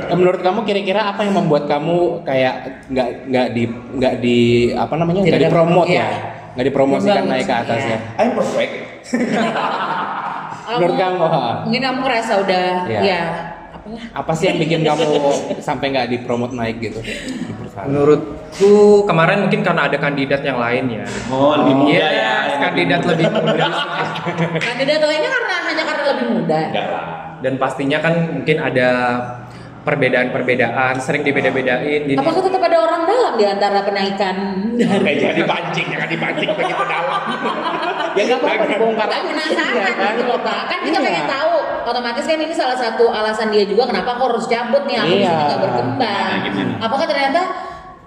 Speaker 3: Eh, Menurut kamu kira-kira apa yang membuat kamu kayak nggak nggak di nggak di apa namanya
Speaker 2: Tidak
Speaker 3: nggak
Speaker 2: dapat,
Speaker 3: dipromot
Speaker 2: iya.
Speaker 3: ya? Nggak dipromosikan
Speaker 2: Membangun,
Speaker 3: naik ke atas ya?
Speaker 2: iya.
Speaker 4: I'm perfect.
Speaker 2: Kamu-
Speaker 3: Menurut kamu? ha?
Speaker 2: mungkin kamu ngerasa udah
Speaker 3: Iya.
Speaker 2: ya apa
Speaker 3: Apa sih yang bikin kamu sampai nggak dipromot naik gitu? di perusahaan?
Speaker 5: Menurutku kemarin mungkin karena ada kandidat yang lain ya.
Speaker 4: Oh, lebih muda
Speaker 5: Iya,
Speaker 4: ya. yang
Speaker 5: kandidat
Speaker 4: lebih
Speaker 5: lebih muda.
Speaker 2: Kandidat lainnya karena hanya karena lebih muda.
Speaker 4: muda. Enggak lah.
Speaker 5: Dan pastinya kan mungkin ada perbedaan-perbedaan, sering dibeda-bedain. Jadi
Speaker 2: Apakah tetap ada orang dalam di antara penaikan?
Speaker 4: Eh, jangan dipancing, jangan dipancing begitu dalam.
Speaker 3: Ya nggak apa-apa dibongkar
Speaker 2: Tapi
Speaker 3: aja.
Speaker 1: Iya,
Speaker 2: penasaran gitu loh Pak. Kan kita
Speaker 3: Iya.
Speaker 2: pengen tahu. Otomatis kan ini salah satu alasan dia juga kenapa aku harus cabut nih. Aku
Speaker 3: Iya.
Speaker 2: disini nggak berkembang.
Speaker 4: Nah, gimana?
Speaker 2: Apakah ternyata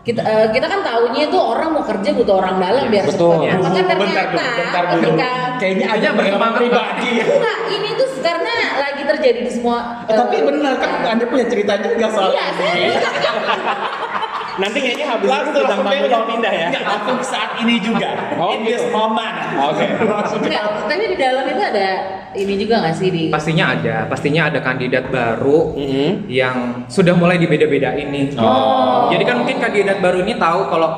Speaker 2: kita, eh, kita kan taunya itu orang mau kerja butuh orang dalam biar
Speaker 3: betul.
Speaker 2: cepat. Apakah
Speaker 1: Bentar
Speaker 2: ternyata
Speaker 1: dulu, bentar dulu.
Speaker 2: ketika
Speaker 1: Kayaknya ada
Speaker 5: Kayaknya
Speaker 1: pengalaman
Speaker 5: berkembang
Speaker 1: pribadi.
Speaker 2: Enggak, ini tuh karena lagi terjadi di semua
Speaker 1: Eh, tapi benar kan Anda punya cerita juga soal
Speaker 2: Iya, saya bisa
Speaker 3: Nanti kayaknya habis itu bintang tamu
Speaker 1: belok. Iya.
Speaker 3: pindah ya.
Speaker 1: Nggak, langsung saat ini juga.
Speaker 3: Oh,
Speaker 1: In
Speaker 3: gitu.
Speaker 1: this moment.
Speaker 3: Oke.
Speaker 1: Langsung
Speaker 2: Enggak, tapi di dalam itu ada ini juga nggak sih di
Speaker 5: pastinya ada, pastinya ada kandidat baru
Speaker 3: Mm-mm.
Speaker 5: yang sudah mulai dibeda-bedain nih.
Speaker 4: Oh.
Speaker 5: Jadi kan mungkin kandidat baru ini tahu kalau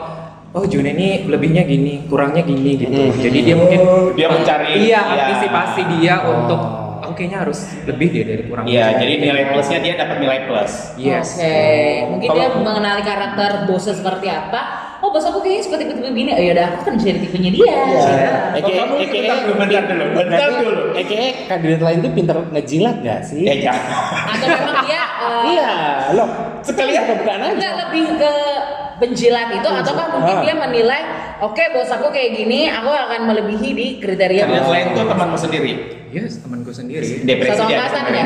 Speaker 5: oh Jun ini lebihnya gini, kurangnya gini gitu.
Speaker 3: Hmm.
Speaker 5: Jadi dia mungkin
Speaker 4: Dia mencari,
Speaker 5: iya,
Speaker 4: iya.
Speaker 5: antisipasi dia
Speaker 3: Oh.
Speaker 5: untuk oh kayaknya harus lebih deh dari kurang.
Speaker 4: Iya, jadi nilai plusnya dia dapat nilai plus.
Speaker 5: Yes.
Speaker 2: Oke, mungkin dia
Speaker 5: Kalau-
Speaker 2: mengenali karakter bosnya seperti apa. Oh, bos aku kayaknya suka tipe-tipe begini. Oh, yaudah, aku kan jadi tipenya dia.
Speaker 3: Iya.
Speaker 1: Kalau
Speaker 3: Eke-
Speaker 1: Iya. kamu
Speaker 3: Eke-
Speaker 1: bentar dulu, bentar dulu, bentar
Speaker 3: Berarti,
Speaker 1: dulu.
Speaker 3: Eke kandidat lain tuh pinter ngejilat nggak sih?
Speaker 4: Eh, jangan.
Speaker 2: Atau memang dia eh,
Speaker 3: Iya, loh sekali buka bukaan aja.
Speaker 2: nggak lebih ke penjilat itu ataukah mungkin
Speaker 3: Iya. Ah.
Speaker 2: dia menilai oke bos aku kayak gini aku akan melebihi di kriteria
Speaker 4: Kandidat
Speaker 2: bos
Speaker 4: lain tuh temanmu sendiri.
Speaker 5: Yes, temanku sendiri.
Speaker 4: Depresi
Speaker 2: satu
Speaker 4: dia.
Speaker 2: angkatan ya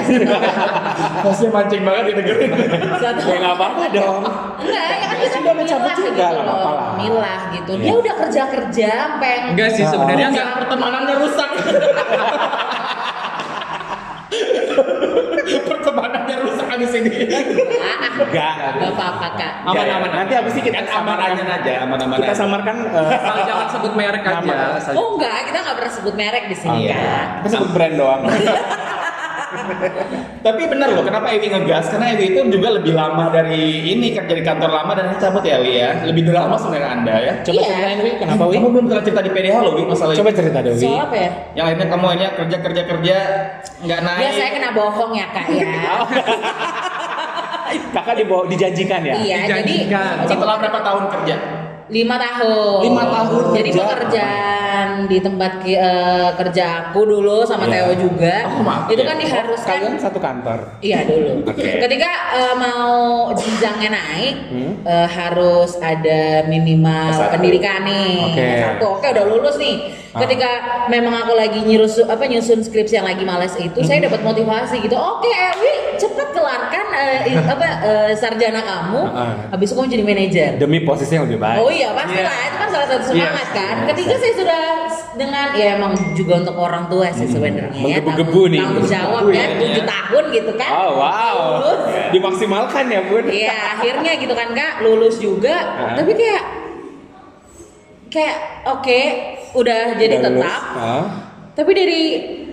Speaker 1: Pasti mancing banget didengerin.
Speaker 2: satu
Speaker 3: Ya nggak apa-apa dong.
Speaker 2: enggak ya kan dia kan
Speaker 3: Iya, Sudah mencabut
Speaker 2: milah
Speaker 3: juga,
Speaker 2: gitu
Speaker 3: nggak
Speaker 2: loh.
Speaker 3: apa-apa lah.
Speaker 2: milah gitu dia
Speaker 3: Iya.
Speaker 2: udah kerja kerja peng
Speaker 5: Enggak sih sebenarnya enggak.
Speaker 1: Pertemanannya rusak. Pertemanannya rusak abis ini.
Speaker 3: Enggak.
Speaker 2: Gak ah, apa-apa kak
Speaker 4: Iya,
Speaker 3: Aman-aman. Nanti habis ini kita
Speaker 4: Kan aman-aman aja, aman-aman
Speaker 3: Kita
Speaker 4: aja.
Speaker 3: samarkan eh,
Speaker 5: Asal jangan sebut merek aja.
Speaker 3: Nama.
Speaker 5: asal-
Speaker 2: oh enggak kita nggak pernah sebut merek di sini
Speaker 4: Iya.
Speaker 2: kak
Speaker 3: kita sebut brand doang.
Speaker 2: Iya.
Speaker 4: Tapi benar loh, kenapa Ewi ngegas? Karena Ewi itu juga lebih lama dari ini kerja di kantor lama dan ini cabut ya Ewi ya. Lebih dulu lama sebenarnya Anda ya.
Speaker 3: Coba
Speaker 2: Iya.
Speaker 3: ceritain Wi, kenapa Wi?
Speaker 4: Kamu belum pernah cerita di PDH loh Wi masalah
Speaker 3: Coba
Speaker 4: Coba.
Speaker 3: cerita deh Wi.
Speaker 2: soal apa ya
Speaker 4: Yang lainnya kamu hanya kerja kerja kerja nggak naik.
Speaker 2: ya saya kena bohong ya kak ya
Speaker 3: Oh, iya. Kakak dibawa dijanjikan ya?
Speaker 2: iya jadi
Speaker 5: Dijanjikan.
Speaker 4: Setelah berapa tahun kerja?
Speaker 2: lima tahun
Speaker 3: Lima tahun
Speaker 2: jadi
Speaker 3: kerja.
Speaker 2: pekerjaan di tempat ki- eh, kerja aku dulu sama
Speaker 3: Iya.
Speaker 2: Theo juga
Speaker 4: Oh, maaf
Speaker 2: itu
Speaker 4: ya.
Speaker 2: kan diharuskan
Speaker 3: Kalian satu kantor.
Speaker 2: Iya dulu.
Speaker 4: Oke.
Speaker 2: Ketika eh, mau jenjangnya naik
Speaker 3: Hmm.
Speaker 2: eh, harus ada minimal
Speaker 4: S1.
Speaker 2: pendidikan nih.
Speaker 3: Oke.
Speaker 2: S1. Oke, udah lulus nih.
Speaker 3: Ah.
Speaker 2: Ketika memang aku lagi nyusun apa nyusun skripsi yang lagi males itu, saya
Speaker 3: Hmm.
Speaker 2: dapat motivasi gitu. Oke, Ewi, cepat kelarkan eh, i- apa eh, sarjana kamu.
Speaker 3: Ah.
Speaker 2: Habis itu kamu jadi manajer.
Speaker 3: Demi posisi yang lebih baik.
Speaker 2: Oh iya pasti lah, itu kan salah satu semangat kan. Ketika saya sudah s- dengan ya emang juga untuk orang tua sih sebenarnya ya,
Speaker 3: Menggebu-gebu
Speaker 2: tanggung-
Speaker 3: nih.
Speaker 2: Tanggung jawab ya,
Speaker 4: Menggebu-gebu ya.
Speaker 2: tujuh tahun gitu kan.
Speaker 3: Oh, wow.
Speaker 2: Lulus.
Speaker 3: Dimaksimalkan ya bun.
Speaker 2: Iya akhirnya gitu kan kak, lulus juga.
Speaker 3: Ah.
Speaker 2: Tapi kayak kayak oke udah jadi
Speaker 3: Udah lulus.
Speaker 2: tetap. Iya.
Speaker 3: Ah.
Speaker 2: Tapi dari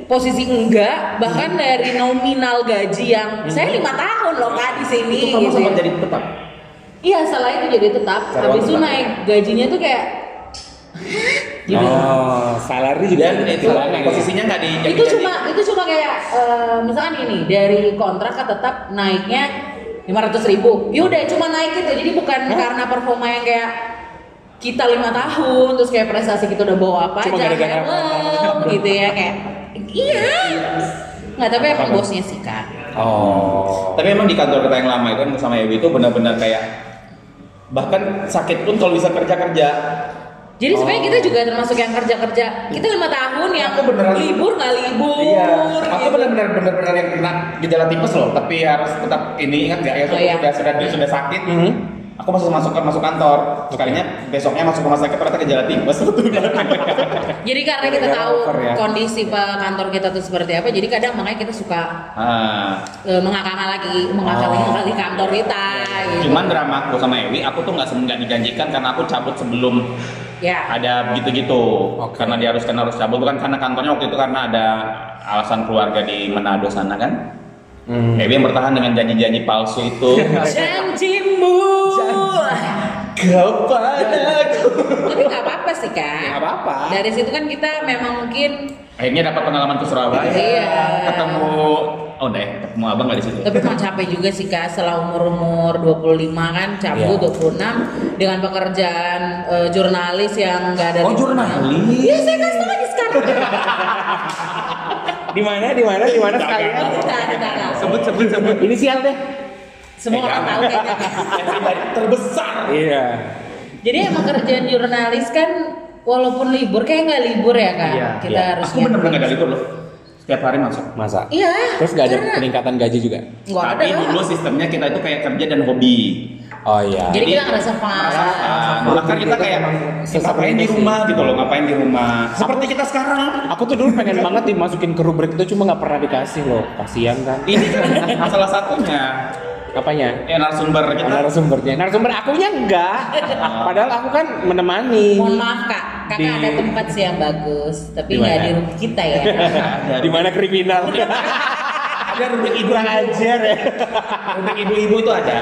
Speaker 2: posisi enggak, bahkan dari nominal gaji yang saya lima tahun loh kak di sini.
Speaker 4: Itu kamu
Speaker 2: gitu
Speaker 4: sempat
Speaker 2: ya.
Speaker 4: jadi tetap.
Speaker 2: Iya salah itu jadi tetap.
Speaker 4: Karyawan
Speaker 2: Habis itu
Speaker 4: tetap.
Speaker 2: naik gajinya tuh kayak gitu.
Speaker 3: Oh, salary juga. ya?
Speaker 4: Dan itu
Speaker 3: Salary.
Speaker 4: posisinya nggak di
Speaker 2: Iya, itu cuma itu cuma kayak eh, misalkan ini dari kontrak ke tetap naiknya 500.000 ribu. Yaudah cuma naik itu jadi bukan karena performa yang kayak kita lima tahun terus kayak prestasi kita udah bawa apa
Speaker 3: Cuma
Speaker 2: aja
Speaker 3: gara-gara
Speaker 2: kayak, "Wow," gitu ya kayak iya nggak tapi emang bosnya sih kak
Speaker 3: Oh.
Speaker 4: Tapi emang di kantor kita yang lama itu kan sama Ewi itu benar-benar kayak bahkan sakit pun kalau bisa kerja kerja.
Speaker 2: Jadi sebenarnya kita juga termasuk yang kerja-kerja. Kita lima tahun yang
Speaker 4: Oh. Aku beneran-
Speaker 2: libur nggak libur.
Speaker 4: Iya. Aku
Speaker 2: gitu.
Speaker 4: benar-benar benar-benar yang kena gejala tipes loh, tapi harus tetap ini ingat nggak ya
Speaker 2: Oh, iya.
Speaker 4: sudah sudah sudah sakit.
Speaker 3: Mhm.
Speaker 4: Aku masuk masuk masuk kantor. Sekalinya besoknya masuk rumah sakit ternyata gejala tipes.
Speaker 2: Jadi karena kita
Speaker 3: Gara-gara
Speaker 2: tahu
Speaker 3: over ya.
Speaker 2: kondisi pak kantor kita tuh seperti apa, jadi kadang makanya kita suka
Speaker 4: ah.
Speaker 2: eh, mengakali mengakali ngakali kantor kita. Gitu.
Speaker 4: Oh. Iya, Cuman drama aku sama Ewi, aku tuh nggak sem- nggak dijanjikan karena aku cabut sebelum
Speaker 2: ya.
Speaker 4: ada gitu-gitu.
Speaker 3: Oke.
Speaker 4: Karena dia harus karena harus cabut bukan karena kantornya waktu itu karena ada alasan keluarga di Manado sana kan.
Speaker 3: Hmm.
Speaker 4: Ewi yang bertahan dengan janji-janji palsu itu.
Speaker 2: Janjimu.
Speaker 4: Kepadaku.
Speaker 2: Tapi nggak apa-apa sih
Speaker 4: Nggak
Speaker 2: kak.
Speaker 4: apa-apa.
Speaker 2: Dari situ kan kita memang mungkin
Speaker 4: Akhirnya dapat pengalaman ke Surabaya,
Speaker 2: Iya.
Speaker 4: ketemu oh udah ya ketemu abang nggak di situ
Speaker 2: Tapi emang capek juga sih kak, setelah umur-umur 25 kan,
Speaker 4: Iya.
Speaker 2: cabut 26 Dengan pekerjaan eh, jurnalis yang gak ada
Speaker 4: oh
Speaker 2: liburnya.
Speaker 4: jurnalis
Speaker 2: Iya saya kasih tau aja sekarang
Speaker 3: Di mana? Di mana? Di mana sekalian?
Speaker 2: Enggak, enggak, enggak.
Speaker 3: Sebut sebut sebut. Inisial deh.
Speaker 2: Semua orang tahu kayaknya Kak.
Speaker 4: pribadi terbesar
Speaker 3: Iya.
Speaker 2: Jadi emang kerjaan jurnalis kan walaupun libur kayak nggak libur ya kak
Speaker 5: Iya,
Speaker 2: Kita
Speaker 3: iya.
Speaker 2: harus
Speaker 4: aku bener-bener nggak ada libur loh setiap hari masuk
Speaker 3: Masa?
Speaker 2: Iya
Speaker 3: Terus nggak ada
Speaker 2: karena-
Speaker 3: peningkatan gaji juga?
Speaker 2: Nggak ada
Speaker 4: tapi dulu sistemnya kita itu kayak kerja dan hobi
Speaker 3: Oh iya.
Speaker 2: Jadi kita ngerasa
Speaker 4: Merasakan.
Speaker 2: pengalaman
Speaker 4: bahkan kan kita kayak ngapain di rumah gitu loh ngapain di rumah seperti kita sekarang
Speaker 3: Aku tuh dulu pengen banget dimasukin ke rubrik itu cuma nggak pernah dikasih loh. Kasihan kan?
Speaker 2: Iya.
Speaker 4: ini kan salah satunya
Speaker 3: Apanya?
Speaker 4: ya narasumber
Speaker 3: Oh,
Speaker 4: kita
Speaker 3: narasumbernya. Narasumber akunya enggak.
Speaker 4: Ah.
Speaker 3: Padahal aku kan menemani.
Speaker 2: Mohon maaf kak, kakak
Speaker 3: Di-
Speaker 2: ada tempat sih yang bagus Tapi
Speaker 3: Di
Speaker 2: nggak
Speaker 3: mana?
Speaker 2: di rumah kita ya
Speaker 4: Ada-
Speaker 3: Di mana kriminal?
Speaker 4: ada rubrik ibu
Speaker 3: Kurang ajar ya.
Speaker 4: rubrik ibu-ibu itu ada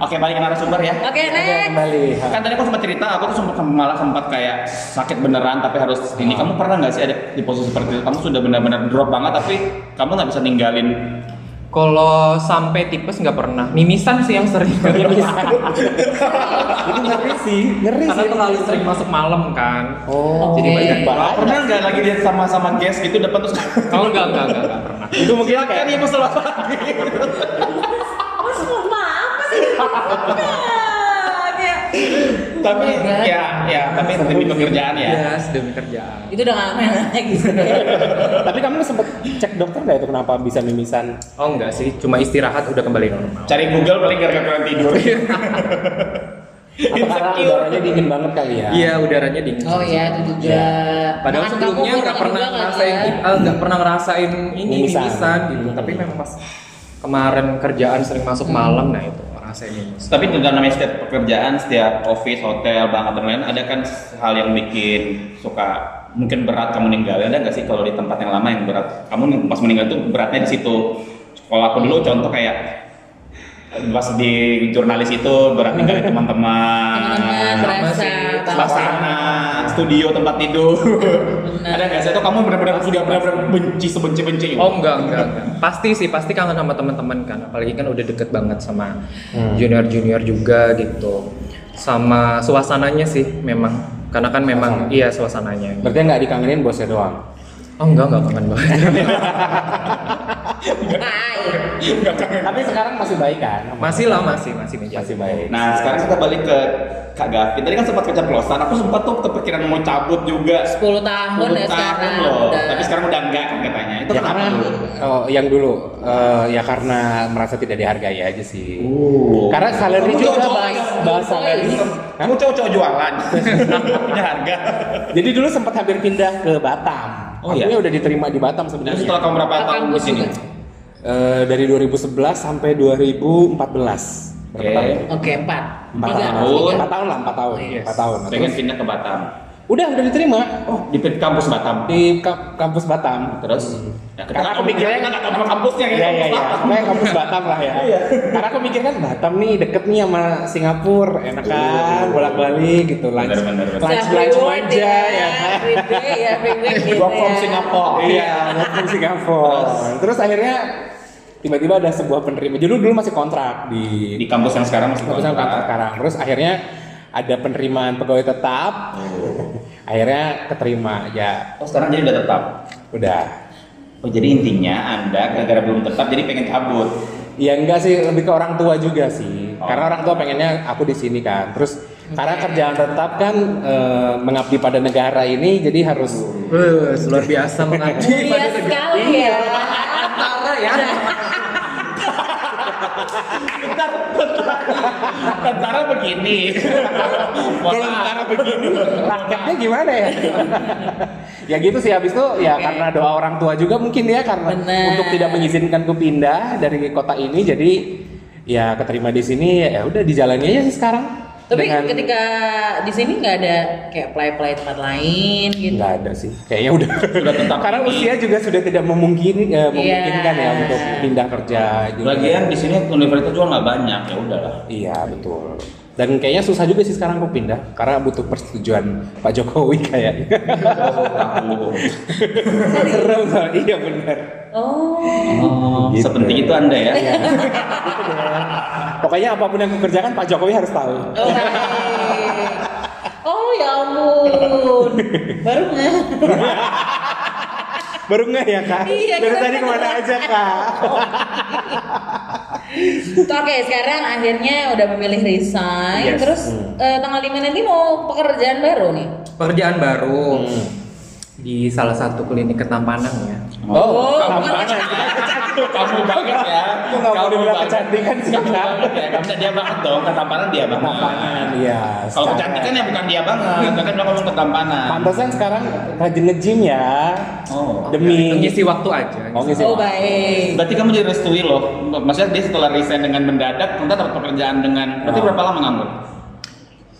Speaker 4: oke balik ke narasumber ya
Speaker 2: Oke next
Speaker 3: Kembali. ha.
Speaker 4: kan tadi aku sempat cerita aku tuh sempat malah sempat kayak sakit beneran tapi harus ini kamu pernah nggak sih ada di posisi seperti itu kamu sudah benar-benar drop banget tapi kamu nggak bisa ninggalin
Speaker 5: Kalau sampai tipes nggak pernah. Mimisan sih yang sering.
Speaker 3: Ngeri sih. Ngeri
Speaker 5: Karena
Speaker 3: sih.
Speaker 5: terlalu sering masuk malam kan.
Speaker 3: Oh,
Speaker 2: Jadi banyak
Speaker 3: banget.
Speaker 4: pernah nggak lagi dia sama-sama guest gitu depan terus
Speaker 5: Kalau nggak nggak nggak nggak pernah.
Speaker 3: Itu mungkin
Speaker 4: silakan
Speaker 3: kayak
Speaker 4: ibu selamat pagi
Speaker 2: Mas mohon maaf Oh, apa sih? Nah, kayak-
Speaker 4: tapi ya ya tapi demi pekerjaan ya
Speaker 5: Yes, Iya, demi kerjaan.
Speaker 2: Itu udah nggak main lagi sih
Speaker 3: Tapi kamu sempet cek dokter nggak itu kenapa bisa mimisan?
Speaker 5: Oh enggak sih, cuma istirahat udah kembali normal.
Speaker 4: cari Google paling gara-gara kurang tidur
Speaker 3: Atau karena
Speaker 4: Insecure.
Speaker 3: udaranya dingin banget kali ya?
Speaker 5: Iya, udaranya dingin.
Speaker 2: Oh iya itu juga
Speaker 5: Iya. Padahal
Speaker 2: Makan
Speaker 5: sebelumnya
Speaker 2: kamu
Speaker 5: nggak
Speaker 2: juga
Speaker 5: pernah
Speaker 2: kali
Speaker 5: ngerasain
Speaker 2: ya.
Speaker 5: ah, nggak pernah ngerasain ini
Speaker 3: Mimisan.
Speaker 5: mimisan, gitu. Tapi memang pas kemarin kerjaan sering masuk malam, nah itu ngerasain mimisan.
Speaker 4: tapi dengan namanya setiap pekerjaan setiap office hotel bank dan lain ada kan hal yang bikin suka mungkin berat kamu ninggalin ada nggak sih kalau di tempat yang lama yang berat kamu pas meninggal tuh beratnya di situ kalau aku dulu contoh kayak pas di jurnalis itu berat ninggalin Iya,
Speaker 2: Teman-teman
Speaker 4: teman-teman
Speaker 2: berasa
Speaker 5: Masih-
Speaker 2: banget.
Speaker 4: suasana studio tempat tidur ada nggak sih atau kamu benar-benar sudah benar-benar benci sebenci-benci itu?
Speaker 5: Oh enggak, enggak, enggak. Pasti sih, pasti kangen sama teman-teman kan. Apalagi kan udah deket banget sama
Speaker 3: Hmm.
Speaker 5: junior-junior juga gitu. Sama suasananya sih memang. Karena kan memang iya suasananya.
Speaker 3: Berarti nggak dikangenin bosnya doang?
Speaker 5: Oh enggak, enggak kangen banget.
Speaker 2: Hai.
Speaker 4: Nggak kangen.
Speaker 3: Tapi sekarang masih baik kan?
Speaker 5: masih lah, masih, masih menjaga.
Speaker 3: Masih baik.
Speaker 4: Nah, sekarang kita balik ke Kak Gavin. Tadi kan sempat keceplosan. Aku sempat tuh kepikiran mau cabut juga.
Speaker 2: 10 tahun ya
Speaker 4: 10 tahun
Speaker 2: sekarang
Speaker 4: loh.
Speaker 2: udah.
Speaker 4: Tapi sekarang udah enggak kan katanya. Itu
Speaker 3: ya
Speaker 4: kenapa
Speaker 3: karena
Speaker 4: dulu?
Speaker 3: oh, yang dulu eh, ya karena merasa tidak dihargai aja sih. Karena salary
Speaker 4: Oh. Kamu
Speaker 3: juga
Speaker 4: cowok-cowok
Speaker 3: bahas,
Speaker 4: ya?
Speaker 3: bahas salary. Hah?
Speaker 4: Kamu cowok-cowok jualan. Punya harga.
Speaker 3: Jadi dulu sempat hampir pindah ke Batam.
Speaker 4: Oh, iya?
Speaker 3: Akunya udah diterima di Batam
Speaker 4: Dan
Speaker 3: sebenarnya.
Speaker 4: setelah kamu berapa
Speaker 2: Kakak
Speaker 4: tahun di
Speaker 2: bus
Speaker 4: sini?
Speaker 2: juga.
Speaker 3: Eh, dari 2011 sampai 2014. Berapa
Speaker 4: Oke.
Speaker 3: tahun? ya?
Speaker 2: Oke, 4.
Speaker 3: Empat
Speaker 2: Tiga,
Speaker 3: tahun.
Speaker 4: tahun.
Speaker 3: Empat tahun lah, empat tahun.
Speaker 5: Yes.
Speaker 3: Empat tahun.
Speaker 4: Pengen
Speaker 3: Terus,
Speaker 4: pindah ke Batam.
Speaker 3: udah udah diterima
Speaker 4: Oh, di kampus Batam.
Speaker 3: di ka- kampus Batam. Nah,
Speaker 4: Terus? Ya, karena aku mikirnya kan nggak kampus kampusnya gitu.
Speaker 3: Iya iya iya. Nah, kampus Batam lah ya.
Speaker 4: Iya.
Speaker 3: Karena aku mikir kan Batam nih deket nih sama Singapura, enak kan bolak-balik gitu. Lunch,
Speaker 4: Bener, bener, bener.
Speaker 3: lunch,
Speaker 2: Self
Speaker 3: lunch
Speaker 2: reward
Speaker 3: aja ya. kan?
Speaker 2: Reward ya, reward gitu
Speaker 4: Work from
Speaker 2: ya.
Speaker 4: Singapore.
Speaker 3: Iya, ngomong Singapura. Terus akhirnya tiba-tiba ada sebuah penerima. Jadi dulu masih kontrak di
Speaker 4: Di kampus yang sekarang masih
Speaker 3: Tapi sama kantor
Speaker 4: kontrak.
Speaker 3: sekarang. Terus akhirnya ada penerimaan pegawai tetap. Oh. akhirnya keterima ya
Speaker 4: Oh, sekarang jadi udah tetap.
Speaker 3: udah.
Speaker 4: Oh, jadi intinya Anda gara-gara belum tetap jadi pengen cabut.
Speaker 3: Ya enggak sih lebih ke orang tua juga sih.
Speaker 4: Oh.
Speaker 3: Karena orang tua pengennya aku di sini kan. Terus karena kerjaan tetap kan eh, mengabdi pada negara ini jadi harus
Speaker 5: Wih, luar biasa mengabdi
Speaker 2: Mulia Iya, sekali ya.
Speaker 5: Iya, Antara ya.
Speaker 4: Tentara begini.
Speaker 3: kalau tentara begini rakyatnya gimana ya? ya gitu sih habis itu ya
Speaker 2: Oke.
Speaker 3: karena doa orang tua juga mungkin ya karena
Speaker 2: Bener.
Speaker 3: untuk tidak mengizinkanku pindah dari kota ini jadi ya keterima di sini ya udah dijalani aja sih sekarang.
Speaker 2: Tapi
Speaker 3: Dengan-
Speaker 2: ketika di sini nggak ada kayak play-play tempat lain gitu.
Speaker 3: nggak ada sih kayaknya udah
Speaker 4: Sudah tetap
Speaker 3: karena
Speaker 4: ini.
Speaker 3: usia juga sudah tidak memungkini- eh, memungkinkan ya
Speaker 2: Iya.
Speaker 3: untuk pindah kerja. Jadi-
Speaker 4: Lagian di sini universitas juga nggak banyak ya udahlah.
Speaker 3: Iya betul. Dan kayaknya susah juga sih sekarang aku pindah karena butuh persetujuan Pak Jokowi kayaknya. Oh,
Speaker 4: Aku-
Speaker 3: Serem Pak. iya benar.
Speaker 2: Oh.
Speaker 4: Oh,
Speaker 3: Gitu.
Speaker 4: sepenting itu anda ya.
Speaker 3: Pokoknya apapun yang aku kerjakan Pak Jokowi harus tahu.
Speaker 2: Oh, hai. oh ya ampun. Baru nggak?
Speaker 3: Baru nggak ya kak?
Speaker 2: Iya,
Speaker 3: Dari
Speaker 2: kita
Speaker 3: tadi
Speaker 2: kan
Speaker 3: kemana
Speaker 2: udah-
Speaker 3: aja kak?
Speaker 2: Oke, sekarang akhirnya udah memilih resign.
Speaker 5: Yes.
Speaker 2: Terus eh, tanggal 5 nanti mau pekerjaan baru nih.
Speaker 5: Pekerjaan baru
Speaker 3: Hmm.
Speaker 5: di salah satu klinik ketampanan ya.
Speaker 2: Oh,
Speaker 3: kan
Speaker 4: kamu kamu banget ya.
Speaker 3: Aku nggak mau dibilang
Speaker 4: banget.
Speaker 3: kecantikan sih,
Speaker 4: Kamu
Speaker 3: Kak.
Speaker 4: banget ya. Kamu dia banget dong. Ketampanan dia banget.
Speaker 3: Ketampanan, iya.
Speaker 4: Kalau
Speaker 3: sekarang.
Speaker 4: kecantikan ya bukan dia banget. Kan bilang ngomong ketampanan.
Speaker 3: Pantesan sekarang rajin nge-gym ya.
Speaker 4: Oh.
Speaker 3: Demi
Speaker 5: Ngisi waktu aja.
Speaker 3: Oh, ngisi.
Speaker 2: Oh baik.
Speaker 4: Berarti kamu direstui loh. Maksudnya dia setelah resign dengan mendadak, kemudian dapat pekerjaan dengan. Berarti
Speaker 3: Oh.
Speaker 4: berapa lama nganggur?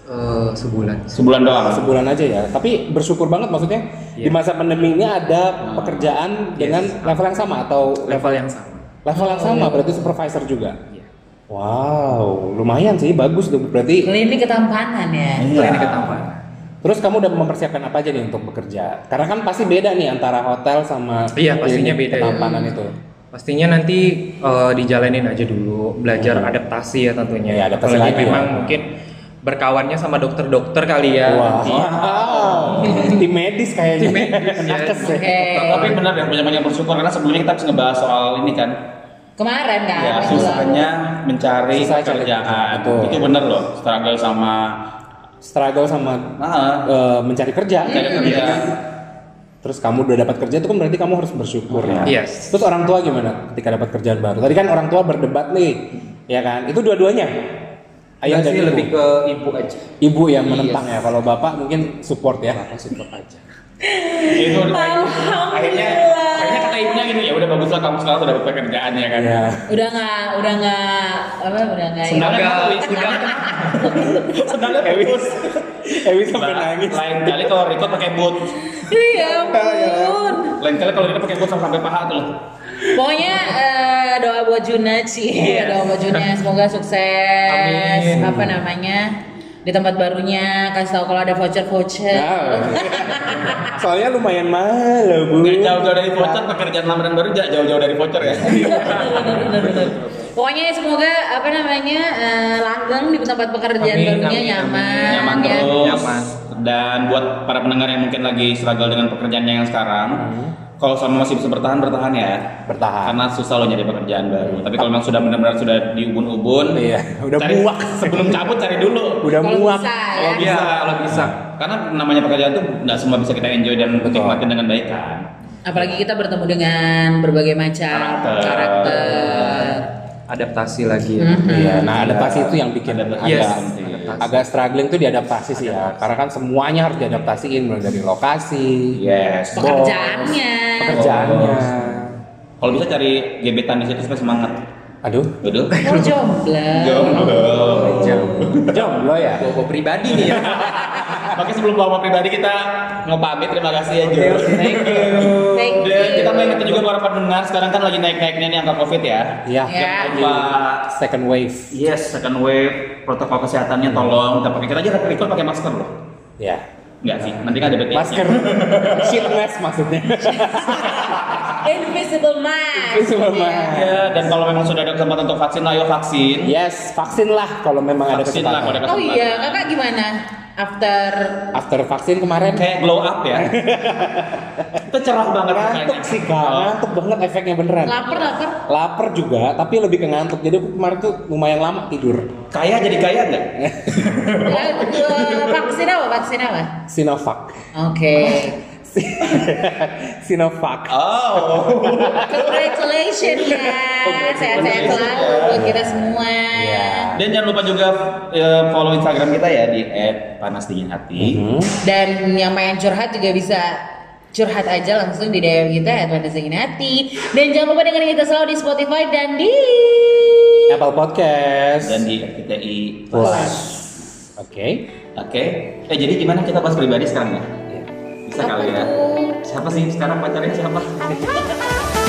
Speaker 5: Eh, sebulan.
Speaker 4: Sebulan doang.
Speaker 3: sebulan aja ya. Tapi bersyukur banget maksudnya
Speaker 5: Iya.
Speaker 3: di masa pandemi ini ada
Speaker 4: Hmm.
Speaker 3: pekerjaan
Speaker 5: Yes.
Speaker 3: dengan
Speaker 4: Iya.
Speaker 3: level yang sama atau level
Speaker 5: Level yang sama.
Speaker 3: level yang sama
Speaker 4: Oh.
Speaker 3: berarti supervisor juga.
Speaker 5: Iya.
Speaker 3: Wow, lumayan sih bagus tuh berarti.
Speaker 2: Klinik ketampanan ya.
Speaker 3: Iya.
Speaker 5: Klinik ketampanan.
Speaker 3: Terus kamu udah mempersiapkan apa aja nih untuk bekerja? Karena kan pasti beda nih antara hotel sama
Speaker 5: Iya, pastinya
Speaker 3: klinik
Speaker 5: beda ya.
Speaker 3: ketampanan itu.
Speaker 5: Pastinya nanti eh, dijalanin aja dulu, belajar adaptasi ya tentunya.
Speaker 3: Iya, adaptasi
Speaker 5: Apalagi
Speaker 3: lagi
Speaker 5: memang
Speaker 3: ya.
Speaker 5: mungkin berkawannya sama dokter-dokter kali ya.
Speaker 3: Wow.
Speaker 5: nanti.
Speaker 3: Tim medis kayaknya.
Speaker 5: Tim medis, ya.
Speaker 3: Nakes ya.
Speaker 2: Oke.
Speaker 4: Tapi benar ya punya banyak bersyukur karena sebelumnya kita habis ngebahas soal ini kan.
Speaker 2: Kemarin kan.
Speaker 4: Ya,
Speaker 2: minggu lalu.
Speaker 4: susahnya mencari
Speaker 3: Susah cari
Speaker 4: pekerjaan.
Speaker 3: kerja, betul.
Speaker 4: Itu benar loh. Struggle sama
Speaker 3: Struggle sama
Speaker 4: nah,
Speaker 3: eh, mencari kerja.
Speaker 5: Iya,
Speaker 4: cari kerja.
Speaker 3: Terus kamu udah dapat kerja itu kan berarti kamu harus bersyukur ya.
Speaker 5: Yes.
Speaker 3: Terus orang tua gimana ketika dapat kerjaan baru? Tadi kan orang tua berdebat nih, ya kan? Itu dua-duanya. Ayah
Speaker 5: Nggak
Speaker 3: dan
Speaker 5: sih
Speaker 3: ibu.
Speaker 5: lebih ke ibu aja.
Speaker 3: ibu yang menentang ya. Kalau bapak mungkin support ya.
Speaker 5: Support aja.
Speaker 4: Itu akhirnya
Speaker 2: Alhamdulillah.
Speaker 4: akhirnya kata ibunya gini ya udah bagus lah kamu sekarang udah dapat pekerjaan ya kan.
Speaker 3: Iya.
Speaker 2: Udah nggak, udah nggak, apa, udah nggak.
Speaker 4: Senang
Speaker 5: Agak-
Speaker 4: Sedangnya
Speaker 3: Ewis, Ewis Eh, sampai
Speaker 4: Lain
Speaker 3: nangis.
Speaker 4: lain kali kalau record pakai boot.
Speaker 2: Iya ampun.
Speaker 4: Lain kali kalau record pakai boot sampai paha tuh. loh.
Speaker 2: Pokoknya eh, doa buat Juna sih,
Speaker 5: Yes.
Speaker 2: doa buat Juna semoga sukses.
Speaker 5: Amin.
Speaker 2: Apa namanya di tempat barunya kasih tahu kalau ada voucher voucher.
Speaker 3: Nah, soalnya lumayan mahal loh, Bu.
Speaker 4: Nggak jauh-jauh dari voucher pekerjaan lamaran baru nggak jauh-jauh dari voucher ya.
Speaker 3: Iya.
Speaker 2: Pokoknya semoga apa namanya eh, langgeng di tempat pekerjaan
Speaker 5: Amin,
Speaker 2: barunya
Speaker 5: amin,
Speaker 2: nyaman,
Speaker 4: nyaman
Speaker 2: ya.
Speaker 4: terus
Speaker 5: Nyaman.
Speaker 4: dan buat para pendengar yang mungkin lagi struggle dengan pekerjaannya yang sekarang kalau selama masih bisa bertahan bertahan ya
Speaker 3: Hmm. Bertahan.
Speaker 4: karena susah loh nyari pekerjaan baru tapi kalau memang sudah benar-benar sudah diubun-ubun
Speaker 3: Iya, udah
Speaker 4: cari-
Speaker 3: muak.
Speaker 4: sebelum cabut cari dulu
Speaker 3: Udah
Speaker 2: Kalau
Speaker 3: muak.
Speaker 2: bisa ya.
Speaker 4: Kalau
Speaker 5: Iya, kalau bisa.
Speaker 4: karena namanya pekerjaan tuh nggak semua bisa kita enjoy dan
Speaker 3: Betul.
Speaker 4: nikmatin dengan baik kan
Speaker 2: Apalagi kita bertemu dengan berbagai macam
Speaker 4: Karakter.
Speaker 2: karakter.
Speaker 5: Adaptasi lagi ya.
Speaker 2: Mhm.
Speaker 3: Iya, nah adaptasi itu yang bikin agak
Speaker 5: Yes.
Speaker 3: agak struggling tuh diadaptasi sih ya. Karena kan semuanya harus diadaptasiin mulai dari lokasi,
Speaker 4: yes
Speaker 3: Bos.
Speaker 2: Pekerjaannya.
Speaker 3: pekerjaannya.
Speaker 4: kalau bisa cari gebetan di situ supaya semangat
Speaker 3: Aduh,
Speaker 4: Waduh.
Speaker 2: Oh jomblo.
Speaker 4: Jomblo.
Speaker 3: jomblo ya?
Speaker 5: Bobo pribadi nih ya.
Speaker 4: Oke sebelum bawa pribadi kita mau pamit terima kasih ya Jo.
Speaker 5: Thank you.
Speaker 2: Thank you.
Speaker 4: Dan kita mau ingetin juga para pendengar sekarang kan lagi naik-naiknya nih angka covid ya.
Speaker 3: Iya.
Speaker 2: Ya.
Speaker 4: Jangan lupa
Speaker 3: Second wave.
Speaker 4: yes second wave protokol kesehatannya tolong kita pakai kita aja record pakai masker loh.
Speaker 3: Ya.
Speaker 4: Enggak sih nanti kan ada BTS. -nya.
Speaker 3: Masker. Sheet mask maksudnya.
Speaker 2: Invisible mask.
Speaker 3: Invisible mask.
Speaker 4: Iya dan kalau memang sudah ada kesempatan untuk vaksin ayo vaksin.
Speaker 3: Yes, vaksin lah kalau memang ada
Speaker 4: Vaksin lah kalau ada
Speaker 3: kesempatan.
Speaker 2: Oh
Speaker 4: kesempatan.
Speaker 2: iya, kakak gimana? After
Speaker 3: After vaksin kemarin
Speaker 4: Kayak glow up ya. kita cerah banget
Speaker 3: ngantuk
Speaker 4: mukanya.
Speaker 3: sih kak, ngantuk banget efeknya beneran.
Speaker 2: lapar lapar.
Speaker 3: Lapar juga, tapi lebih ke ngantuk. Jadi aku kemarin tuh lumayan lama tidur.
Speaker 4: Kaya jadi kaya nggak?
Speaker 2: Ya, eh, vaksin apa? Vaksin apa?
Speaker 3: Sinovac.
Speaker 2: Oke.
Speaker 3: Sinovac.
Speaker 4: Oh.
Speaker 2: Congratulations ya. Sehat-sehat selalu buat kita semua.
Speaker 3: Iya.
Speaker 4: Dan jangan lupa juga eh, follow Instagram kita ya di @panasdinginhati.
Speaker 3: Mhm.
Speaker 2: Dan yang pengen curhat juga bisa curhat aja langsung di DM kita Advance Ingin Hati. Dan jangan lupa dengerin kita selalu di Spotify dan di
Speaker 3: Apple Podcast.
Speaker 4: dan di FTI Plus. Oke.
Speaker 3: Plus. Oke.
Speaker 4: Eh jadi gimana kita bahas pribadi sekarang ya? Bisa
Speaker 2: Apa
Speaker 4: kali ya.
Speaker 2: tuh?
Speaker 4: Siapa sih sekarang pacarnya siapa?